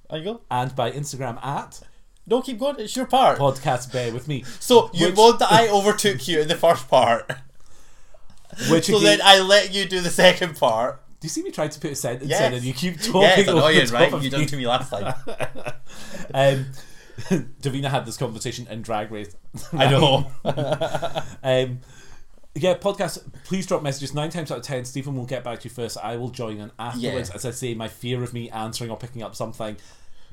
S2: There you go.
S1: And by Instagram at
S2: No, keep going. It's your part.
S1: podcastbearwithme.
S2: (laughs) So you
S1: Which-
S2: moaned
S1: (laughs)
S2: that I overtook you in the first part.
S1: Which
S2: So
S1: again-
S2: then I let you do the second part.
S1: Do you see me trying to put a sentence
S2: Yes.
S1: in and you keep talking
S2: Yeah, it's
S1: over
S2: annoying,
S1: the top
S2: right?
S1: of
S2: You done
S1: me?
S2: to me
S1: (laughs)
S2: last time. (laughs)
S1: Um, Davina had this conversation in Drag Race.
S2: I know.
S1: (laughs) Um, yeah, podcast. Please drop messages nine times out of ten. Stephen will get back to you first. I will join in afterwards.
S2: Yeah.
S1: As I say, my fear of me answering or picking up something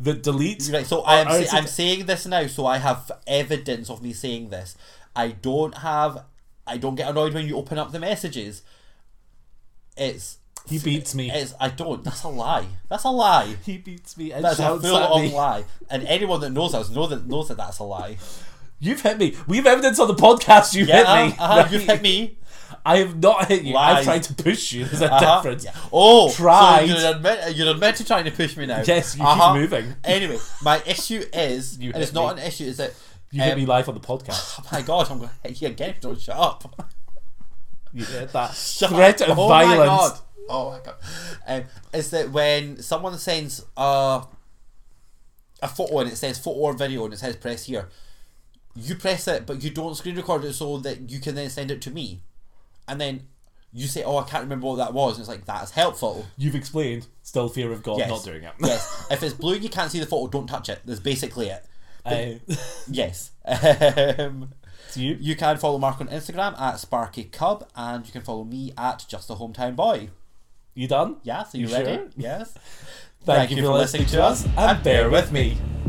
S1: that deletes.
S2: Right, so I am
S1: Or- or
S2: say-
S1: is it-
S2: I'm saying this now, so I have evidence of me saying this. I don't have. I don't get annoyed when you open up the messages. It's
S1: He beats me.
S2: it's. I don't. That's a lie. That's a lie.
S1: he beats me and
S2: That's a
S1: shouts
S2: full
S1: at
S2: on
S1: me.
S2: lie. And anyone that knows us know that knows that that's a lie.
S1: You've hit me. We have evidence on the podcast. You've
S2: Yeah,
S1: hit me.
S2: uh, uh, you hit me.
S1: I have not hit you. I've
S2: Lies.
S1: tried to push you. There's a
S2: Uh-huh.
S1: difference.
S2: Yeah. Oh,
S1: Tried.
S2: So you're, admit, you're admitted trying to push me now. Uh-huh.
S1: Yes, you keep moving.
S2: Anyway, my issue is,
S1: You
S2: and it's
S1: hit
S2: not
S1: me.
S2: an issue, is that
S1: You hit
S2: um,
S1: me live on the podcast.
S2: Oh my god, I'm going to hit you again. if you Don't shut up. (laughs)
S1: You hit that
S2: Shut
S1: threat
S2: up.
S1: of
S2: oh
S1: violence.
S2: My god. Oh my god. Um, is that when someone sends uh, a photo and it says photo or video and it says press here, you press it but you don't screen record it so that you can then send it to me. And then you say, Oh, I can't remember what that was. And it's like, That's helpful.
S1: You've explained. Still fear of God.
S2: Yes.
S1: Not doing it.
S2: yes. If it's blue and you can't see the photo, don't touch it. That's basically it.
S1: (laughs) Uh, (laughs)
S2: Yes. Um,
S1: it's you.
S2: you can follow Mark on Instagram at Sparky Cub and you can follow me at Just a Hometown Boy.
S1: You done?
S2: Yes, are you,
S1: You
S2: ready?
S1: sure?
S2: Yes.
S1: Thank, you for listening to us and bear with me.
S2: me.